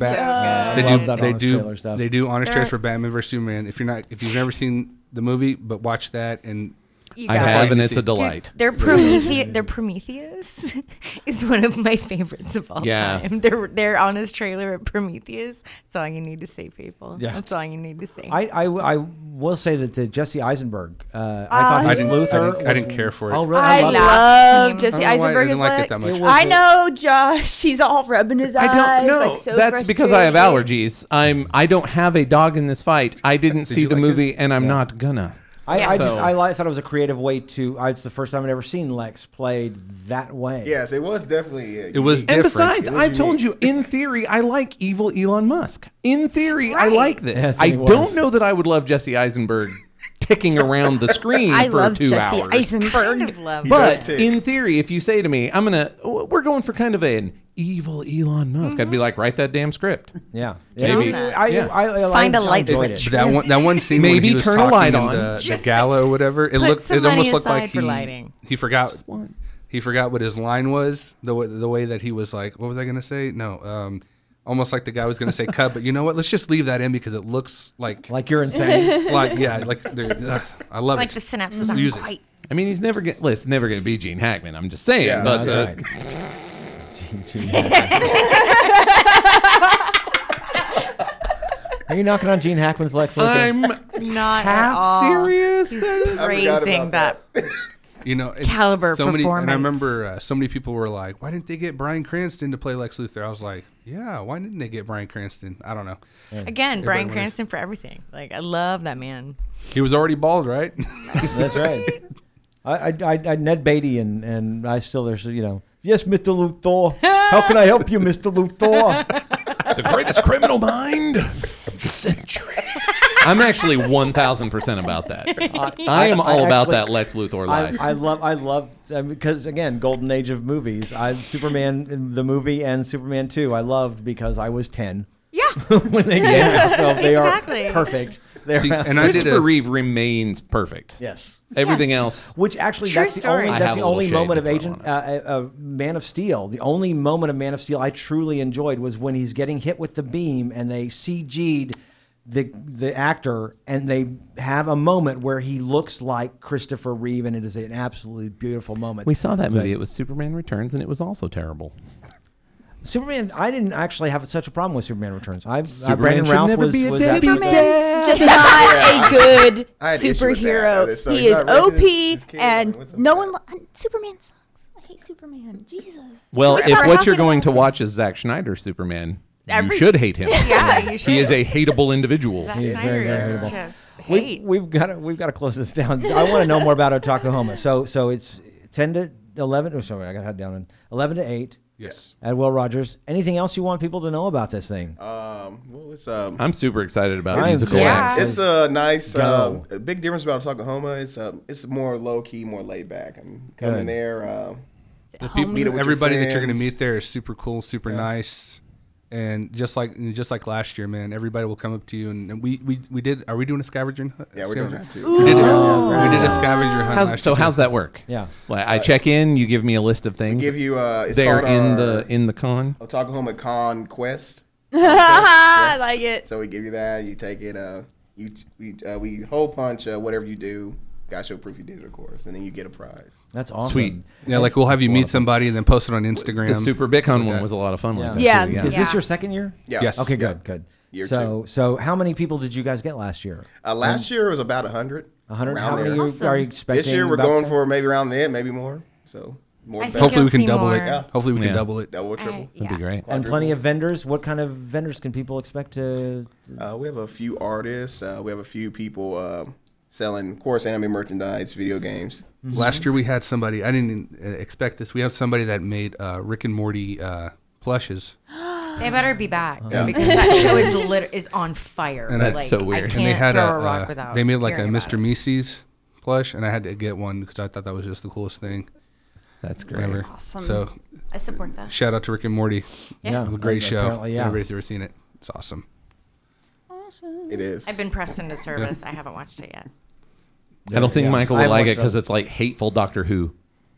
S1: good.
S5: Batman. they
S1: Mm-hmm. I
S5: do,
S1: love that
S5: they
S1: honest
S5: do,
S1: trailer stuff.
S5: they do honest trailers for Batman versus Superman. If you're not, if you've never seen the movie, but watch that and
S3: You
S4: I
S3: got
S4: have,
S3: it.
S4: and it's a
S5: Dude,
S4: delight.
S3: Their Prometheus, their Prometheus, is one of my favorites of all
S4: Yeah.
S3: time. They're they're on his trailer at Prometheus. That's all you need to say, people.
S1: Yeah.
S3: That's all you need to say.
S1: I, I, I will say that the Jesse Eisenberg, uh, I
S7: Ah,
S1: thought
S7: I
S1: his
S5: didn't- I
S1: Luther.
S5: didn't- I
S1: was-
S5: didn't care for it.
S1: Oh, really?
S7: I,
S1: loved it.
S7: love
S3: him.
S7: Jesse
S5: I don't know why I
S7: Eisenberg.
S5: didn't
S7: is
S5: like it
S7: like-
S5: that much. It
S1: was
S7: I
S1: a-
S7: know Josh. She's all rubbing his eyes.
S4: I don't know.
S7: Like, so
S4: That's because I have
S7: frustrated.
S4: allergies. I'm. I don't have a dog in this fight. I didn't see
S5: you
S4: the
S5: like
S4: movie,
S5: his?
S4: and I'm not gonna.
S1: I, I just
S4: So-
S1: I li- thought it was a creative way to. I, it's the first time I'd ever seen Lex played that way.
S6: Yes, it was definitely. uh,
S5: It was
S6: unique.
S4: And
S5: different.
S4: besides,
S6: It was
S4: I've told you,
S6: unique.
S4: in theory, I like evil Elon Musk. In theory, I
S3: Right.
S4: like this.
S1: Yes,
S4: I
S1: he was.
S4: don't know that I would love Jesse Eisenberg ticking around the screen
S7: I
S4: for
S7: love
S4: two
S7: Jesse
S4: hours.
S3: kind
S7: Eisenberg.
S3: of love
S6: does
S4: But
S6: tick.
S4: in theory, if you say to me, I'm gonna, we're going for kind of an evil Elon Musk, I'd be like, write that damn script.
S1: yeah.
S4: Maybe.
S1: I, I,
S4: Yeah.
S1: I, I,
S3: Find a
S1: I
S3: light
S1: enjoyed
S3: switch.
S5: But
S1: It.
S5: that one, that one scene,
S4: Maybe
S5: when he was
S4: turn a
S5: talking
S4: light
S5: in
S4: on.
S5: The, the
S3: Just
S5: gala or whatever. It
S3: put
S5: looked. It
S3: some money
S5: almost looked like
S3: aside for lighting.
S5: he, he forgot.
S4: one.
S5: He forgot what his line was. The way, the way that he was like, what was I going to say? No. Um, almost like the guy was going to say cut, but you know what? Let's just leave that in because it looks like, like,
S1: Like you're insane.
S5: yeah, like they're- ugh, I love
S3: like
S5: it.
S3: the synapses
S5: Just
S3: aren't
S5: use it.
S3: quite.
S4: I mean, he's never gonna. Well, it's never gonna be Gene Hackman. I'm just saying.
S6: Yeah,
S4: but
S1: That's
S4: uh,
S1: right. Gene Hackman. Are you knocking on Gene Hackman's Lex Luthor?
S4: I'm
S3: Not at
S4: half
S3: all.
S4: serious. that
S6: I forgot
S3: Raising
S6: about
S3: that.
S5: You know, and
S3: Caliber
S5: so many, And I
S3: performance.
S5: remember uh, so many people were like, "Why didn't they get Brian Cranston to play Lex Luthor?" I was like, "Yeah, why didn't they get Brian Cranston?" I don't know.
S3: Again, Brian
S5: wonders.
S3: Cranston for everything. Like I love that man.
S5: He was already bald, right?
S1: That's right. I, I, I, I Ned Beatty and, and I still there's you know yes Mr. Luthor how can I help you Mr. Luthor
S4: is the greatest criminal mind of the century. I'm actually one thousand percent about that. I am
S1: I
S4: all about
S1: actually-
S4: that Lex Luthor
S1: I,
S4: life.
S1: I love I love because again golden age of movies I Superman the movie and Superman two I loved because I was ten
S3: Yeah.
S1: when they came out so they
S3: Exactly.
S1: are perfect they're
S5: See, and I did
S4: Christopher
S5: a-
S4: Reeve remains perfect.
S1: yes
S4: Everything
S3: Yes.
S4: else.
S1: Which actually,
S3: True
S1: that's the
S3: story.
S1: only,
S3: I
S4: have
S1: that's
S4: a
S1: the
S4: little
S1: only
S4: shade
S1: moment
S4: to
S1: of
S4: throw
S1: Agent uh,
S4: on
S1: uh, uh, Man of Steel. The only moment of Man of Steel I truly enjoyed was when he's getting hit with the beam and they CG'd the the actor and they have a moment where he looks like Christopher Reeve and it is an absolutely beautiful moment.
S4: We saw that movie. It was Superman Returns, and it was also terrible.
S1: Superman, I didn't actually have such a problem with Superman Returns. I, uh,
S4: Superman
S1: Brandon
S4: should
S1: Ralph
S4: never
S1: was,
S4: be a
S1: was
S4: dead
S1: happy.
S4: people.
S7: Superman's just not a good
S6: I had an issue with that. Now
S7: superhero.
S6: that- so
S7: he
S6: he's
S7: is
S6: not racist, he's
S7: OP,
S6: kid. What's up
S7: and
S6: with
S7: no
S6: that?
S7: one. Li- Superman sucks. I hate Superman. Jesus.
S4: Well,
S7: We
S4: if
S7: start
S4: what you're
S7: talking
S4: going
S7: about-
S4: to watch is Zack Schneider's Superman, you
S3: Every-
S4: should hate him.
S3: Yeah, you should.
S4: He is a hateable individual.
S3: Zack
S1: He's
S3: Snyder
S1: very, very
S3: is
S1: hateable.
S3: just
S1: we,
S3: hate.
S1: we've got to we've got to close this down. I want to know more about Otakahoma. So so it's ten to eleven. Oh, sorry, I got that down. in- Eleven to eight
S5: yes.
S1: at Will Rogers. Anything else you want people to know about this thing?
S6: Um, what was um?
S4: I'm super excited about
S1: I'm
S4: musical
S1: yeah.
S4: acts.
S6: It's a nice,
S1: Go.
S6: um, a big difference about Oklahoma. It's um, it's more low key, more laid back. I'm coming
S1: Good.
S6: there. Um,
S5: The
S6: Meet up with
S5: people,
S6: your
S5: everybody that you're going
S6: friends.
S5: to meet there is super cool, super nice, and just like and just like last year, man, everybody will come up to you and, and we, we we did. Are we doing a scavenger hunt?
S6: yeah, we're doing that too.
S5: We did, we did a scavenger hunt.
S4: How's-
S5: last
S4: so
S5: year, too.
S4: how's that work?
S1: Yeah.
S4: Like, I check in. You give me a list of things.
S6: Give you uh, it's
S4: there
S6: called
S4: in
S6: our
S4: the in the con.
S6: Oklahoma Con Quest.
S7: Ah, I like it.
S6: So we give you that. You take it. Uh, you we uh, we hole punch uh, whatever you do. Got to show proof you did it, of course, and then you get a prize.
S1: That's awesome.
S4: Sweet.
S5: Yeah, like we'll have you meet somebody and then post it on Instagram.
S4: The Super Bitcoin
S5: that.
S4: one was a lot of fun.
S1: Yeah.
S4: Like that
S7: Yeah.
S4: Too,
S1: Is
S4: yeah.
S1: this
S7: Yeah.
S1: your second year?
S6: Yeah.
S5: Yes.
S1: Okay,
S6: Yeah.
S1: good, good.
S6: Year
S1: so so how many people did you guys get last year?
S6: Uh, last year was about hundred.
S1: Um, A hundred.
S6: around
S1: How many
S6: there.
S1: you-
S3: Awesome.
S1: are you expecting?
S6: This year we're
S1: about
S6: going
S1: that?
S6: for maybe around there, maybe more. So more.
S3: I
S6: the
S3: think
S6: better.
S5: Hopefully we
S3: You'll
S5: can
S3: see
S5: double it.
S3: more.
S6: Yeah.
S5: Hopefully we
S4: Yeah.
S5: can double it.
S6: double triple.
S4: That'd be great.
S1: and plenty of vendors. What kind of vendors can people expect to?
S6: Uh, we have a few artists. Uh, we have a few people uh, selling, of course, anime merchandise, video games.
S5: Last year we had somebody. I didn't uh, expect this. We have somebody that made uh, Rick and Morty uh, plushes,
S3: They better be back because that show is lit- is on fire.
S5: And that's
S3: like,
S4: so
S3: I
S4: weird.
S3: can't
S5: and they had
S3: throw
S5: a.
S3: a rock
S5: uh,
S3: without.
S5: they made like a
S3: hearing about
S5: Mr.
S3: it.
S5: Mises plush, and I had to get one because I thought that was just the coolest thing
S4: That's great.
S5: ever.
S7: Awesome.
S5: So
S3: I support that.
S5: shout out to Rick and Morty.
S1: Yeah,
S5: It was a great show.
S1: apparently,
S5: Yeah.
S1: Yeah.
S5: Everybody's ever seen it. It's awesome.
S6: It is.
S3: Hmm. I've been pressed into service. I haven't watched it yet.
S4: I don't think
S1: Yeah.
S4: Michael
S1: I
S4: would like
S1: watched
S4: it because
S1: that.
S4: it's like hateful Doctor Who.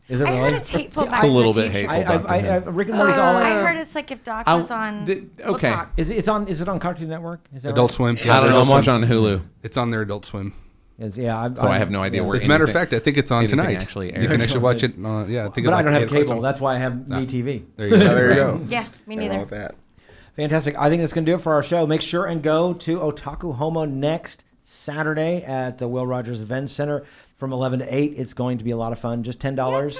S1: Is it
S3: I heard
S1: really? Uh,
S3: it's hateful.
S4: It's
S3: Back
S4: a
S3: to the
S4: little bit
S3: Future.
S1: I,
S4: hateful.
S1: I, I, I, Rick and Morty's all.
S3: I
S1: I,
S3: heard it's like if Doc
S4: I'll-
S3: was on.
S4: the-
S3: we'll
S4: okay.
S3: talk.
S1: is it, it's on? Is it on Cartoon Network? Is that
S5: Adult
S1: right?
S5: Swim.
S4: I don't know.
S5: Adult
S4: I'm watching
S5: Swim.
S4: on Hulu.
S5: It's on their Adult Swim.
S1: It's- yeah, I'm,
S4: So I
S1: I'm-
S4: have no idea
S1: yeah.
S4: where.
S5: As a matter of
S4: anything-
S5: fact, I think it's on
S4: anything
S5: tonight.
S4: actually
S5: you can
S4: airs.
S5: actually watch it. On, yeah, I think.
S1: But
S5: it's
S1: I don't
S5: like
S1: have
S5: eight o'clock
S1: cable.
S5: on-
S1: That's why I have E MeTV.
S5: There you go.
S6: there you go.
S3: Yeah, me
S6: Nothing
S3: neither.
S6: wrong with that.
S1: Fantastic. I think that's going to do it for our show. Make sure and go to Otaku Homo next Saturday at the Will Rogers Event Center from 11 to 8. It's going to be a lot of fun. Just $10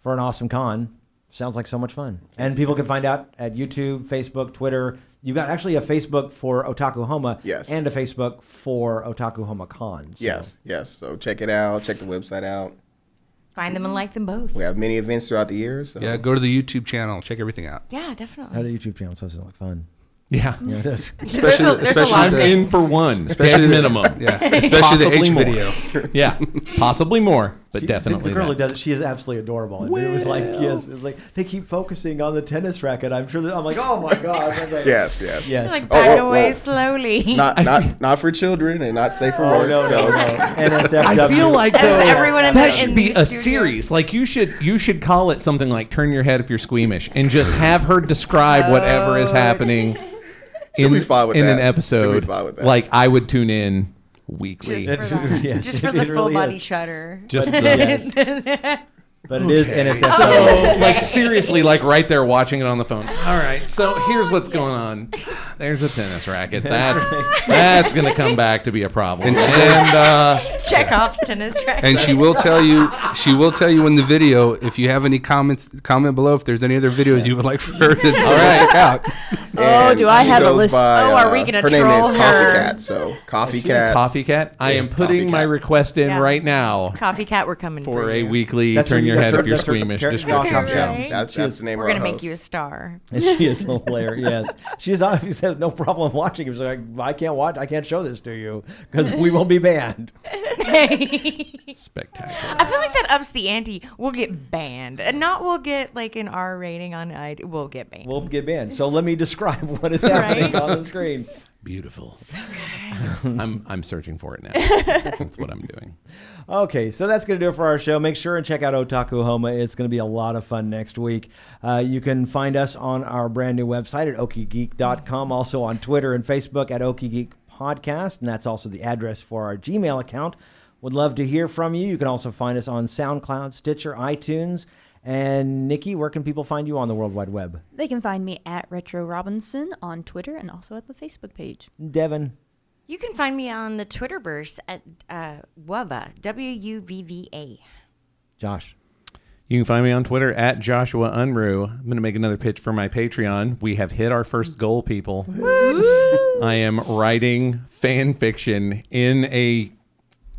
S1: for an awesome con. Sounds like so much fun. And people can find out at YouTube, Facebook, Twitter. You've got actually a Facebook for Otaku Homa
S6: Yes.
S1: and a Facebook for Otaku Homa Con. So-
S6: Yes, yes. So check it out. Check the website out.
S3: Find them and like them both.
S6: We have many events throughout the year. So
S5: Yeah, go to the YouTube channel. Check everything out.
S3: Yeah,
S1: How
S3: definitely.
S1: the YouTube channel sounds like fun.
S4: Yeah.
S1: Yeah, it is.
S3: There's a, there's a
S5: especially
S4: I'm
S3: lot of
S5: the-
S4: in
S3: things.
S4: for one,
S5: Especially
S4: dead
S5: the-
S4: minimum.
S5: Yeah, especially the
S4: Possibly
S5: H
S4: more.
S5: video.
S4: Yeah, possibly more, but
S1: She- the-
S4: definitely
S1: the girl who
S4: that.
S1: does it. She is absolutely adorable. And it was like, yes, it was like they keep focusing on the tennis racket. I'm sure. That, I'm like, oh my god. I'm like,
S6: Yes, yes.
S1: Yes.
S3: Like
S6: Oh,
S3: back
S6: whoa,
S3: away
S6: whoa.
S3: slowly.
S6: Not not not for children and not safe for
S1: oh
S6: work.
S1: no,
S6: so um,
S1: no, no. NSFW.
S4: I feel like
S3: As
S4: though,
S3: everyone in the-
S4: that should
S3: in
S4: be
S3: the
S4: a
S3: studio.
S4: series. Like you should you should call it something like "Turn Your Head If You're Squeamish" and just have her describe whatever is happening in,
S6: be fine with
S4: in
S6: that.
S4: an
S6: She'll be
S4: episode.
S6: fine with that.
S4: Like I would tune in weekly.
S3: Just for, that.
S1: Yes,
S3: Just for
S1: it
S3: the full
S1: really
S3: body
S1: is.
S3: shutter.
S4: Just
S1: Yes. But it is NSFW.
S4: so like seriously like right there watching it on the phone all right so here's what's going on there's a tennis racket that's that's gonna come back to be a problem and, uh
S3: Chekhov's tennis racket.
S5: And she will tell you. She will tell you in the video if you have any comments. Comment below if there's any other videos you would like for her to check out.
S6: and
S7: do I
S6: she
S7: have a
S6: goes
S7: list-
S6: by,
S3: Oh, are we
S6: uh,
S3: gonna
S6: her name
S3: troll
S6: is Coffee
S3: her?
S6: Cat. So Coffee Cat.
S4: coffee cat i am putting
S6: Coffee
S4: my
S6: Cat.
S4: request in
S3: Yeah.
S4: right now
S3: Coffee cat, we're coming
S4: for
S3: for
S4: a
S3: you.
S4: weekly
S1: That's
S4: turn
S1: her-
S4: your
S1: that's
S4: head
S1: her-
S4: if you're
S1: that's her
S4: squeamish
S1: character-
S4: description
S1: Coffee
S6: Yeah,
S1: Cat.
S3: Right?
S6: that's, that's the name
S3: We're
S6: of our
S3: gonna make
S6: host.
S3: you a star.
S1: And she is hilarious. Yes, she is obviously has no problem watching. She's like, I can't watch. I can't show this to you because we won't be banned.
S4: spectacular
S3: I feel like that ups the ante. We'll get banned. And not we'll get like an R rating on it. We'll get banned.
S1: We'll get banned. So let me describe what is happening
S3: Right.
S1: on the screen.
S4: beautiful i'm i'm searching for it now that's what i'm doing
S1: Okay, so that's going to do it for our show. Make sure and check out Otaku Homa. It's going to be a lot of fun next week. Uh, you can find us on our brand new website at okigeek.com, also on Twitter and Facebook at Okigeek Podcast, and that's also the address for our Gmail account. Would love to hear from you. You can also find us on SoundCloud, Stitcher, iTunes. And Nikki, where can people find you on the World Wide Web?
S7: They can find me at Retro Robinson on Twitter and also at the Facebook page.
S1: Devin.
S3: You can find me on the Twitterverse at uh, Wuvva, W U V V A.
S1: Josh.
S4: You can find me on Twitter at Joshua Unruh. I'm going to make another pitch for my Patreon. We have hit our first goal, people. I am writing fan fiction in a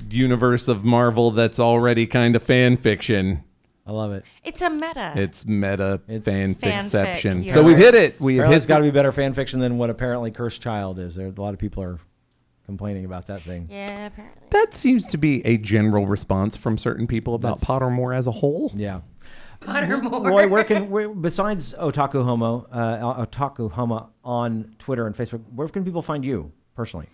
S4: universe of Marvel that's already kind of fan fiction.
S1: I love it.
S3: It's a meta.
S4: It's meta
S1: It's-
S4: fan
S3: Fanfic,
S4: fiction.
S3: yes.
S4: So we've hit it. We've
S1: Apparently, it's
S4: hit.
S1: got to be better fan fiction than what apparently Cursed Child is. There, a lot of people are complaining about that thing.
S3: yeah, apparently.
S4: that seems to be a general response from certain people about Pottermore as a whole.
S1: Yeah. Roy, where can where, besides Otaku Homo, uh, Otaku Homo on Twitter and Facebook, where can people find you personally?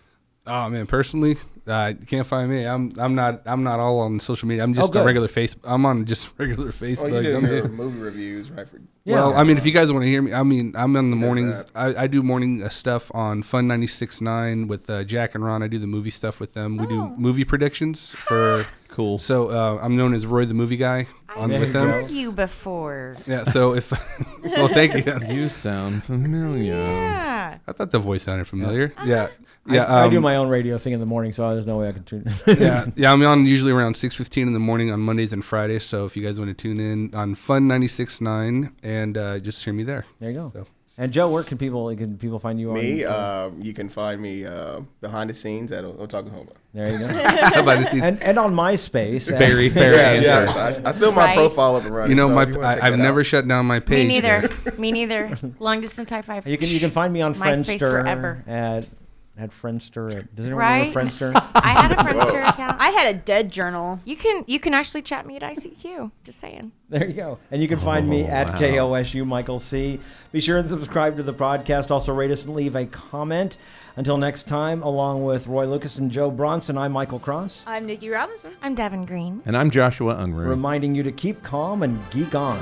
S5: Oh man, personally, uh, you can't find me. I'm I'm not I'm not all on social media. I'm just
S1: Oh, good.
S5: on regular face. I'm on just regular
S6: Oh,
S5: Facebook.
S6: you
S5: I'm
S6: did your
S5: here.
S6: movie reviews, right? For,
S5: Well, I mean, if you guys want to hear me, I mean, I'm on the mornings.
S6: that.
S5: I, I do morning uh, stuff on Fun 96.9 with uh, Jack and Ron. I do the movie stuff with them. We
S1: Oh.
S5: do movie predictions for.
S4: Cool.
S5: So uh, I'm known as Roy the Movie Guy on
S1: There
S5: with
S1: you
S5: them.
S1: go.
S3: heard you before.
S5: Yeah. So if well, thank you.
S4: You sound familiar.
S3: Yeah.
S5: I thought the voice sounded familiar. Yeah.
S1: I-
S5: Yeah.
S1: I, do
S5: um,
S1: my own radio thing in the morning, so there's no way I can tune.
S5: yeah, yeah, I'm on usually around 6:15 in the morning on Mondays and Fridays. So if you guys want to tune in on Fun 96.9 and uh, just hear me there.
S1: there you go.
S5: So- uh,
S1: And Joe, where can people can people find you?
S6: me,
S1: on,
S6: um, you can find me uh, behind the snes at Otago Homa.
S1: there you go.
S5: Behind the scenes.
S1: and and on MySpace. at-
S4: Very fair
S6: Yes,
S4: answer.
S6: yes. I, I still have my
S3: Right.
S6: profile up and running.
S5: you know,
S6: so
S5: my
S6: if wanna check
S5: I, I've
S6: that out.
S5: never shut down my page.
S3: Me neither.
S5: there.
S3: Me neither. Long distance high five.
S1: You can you can find me on
S3: MySpace
S1: Friendster
S3: forever.
S1: at at Friendster. At, does anyone
S3: Right?
S1: remember Friendster?
S3: I had a Friendster account.
S7: I had a dead journal.
S3: you can you can actually chat me at ICQ. Just saying.
S1: There you go. And you can find me
S4: Oh,
S1: at
S4: wow.
S1: KOSU Michael C. Be sure and subscribe to the podcast. Also rate us and leave a comment. Until next time, along with Roy Lucas and Joe Bronson, I'm Michael Cross,
S7: I'm Nikki Robinson.
S3: I'm Devin Green.
S4: And I'm Joshua Unruh.
S1: reminding you to keep calm and geek on.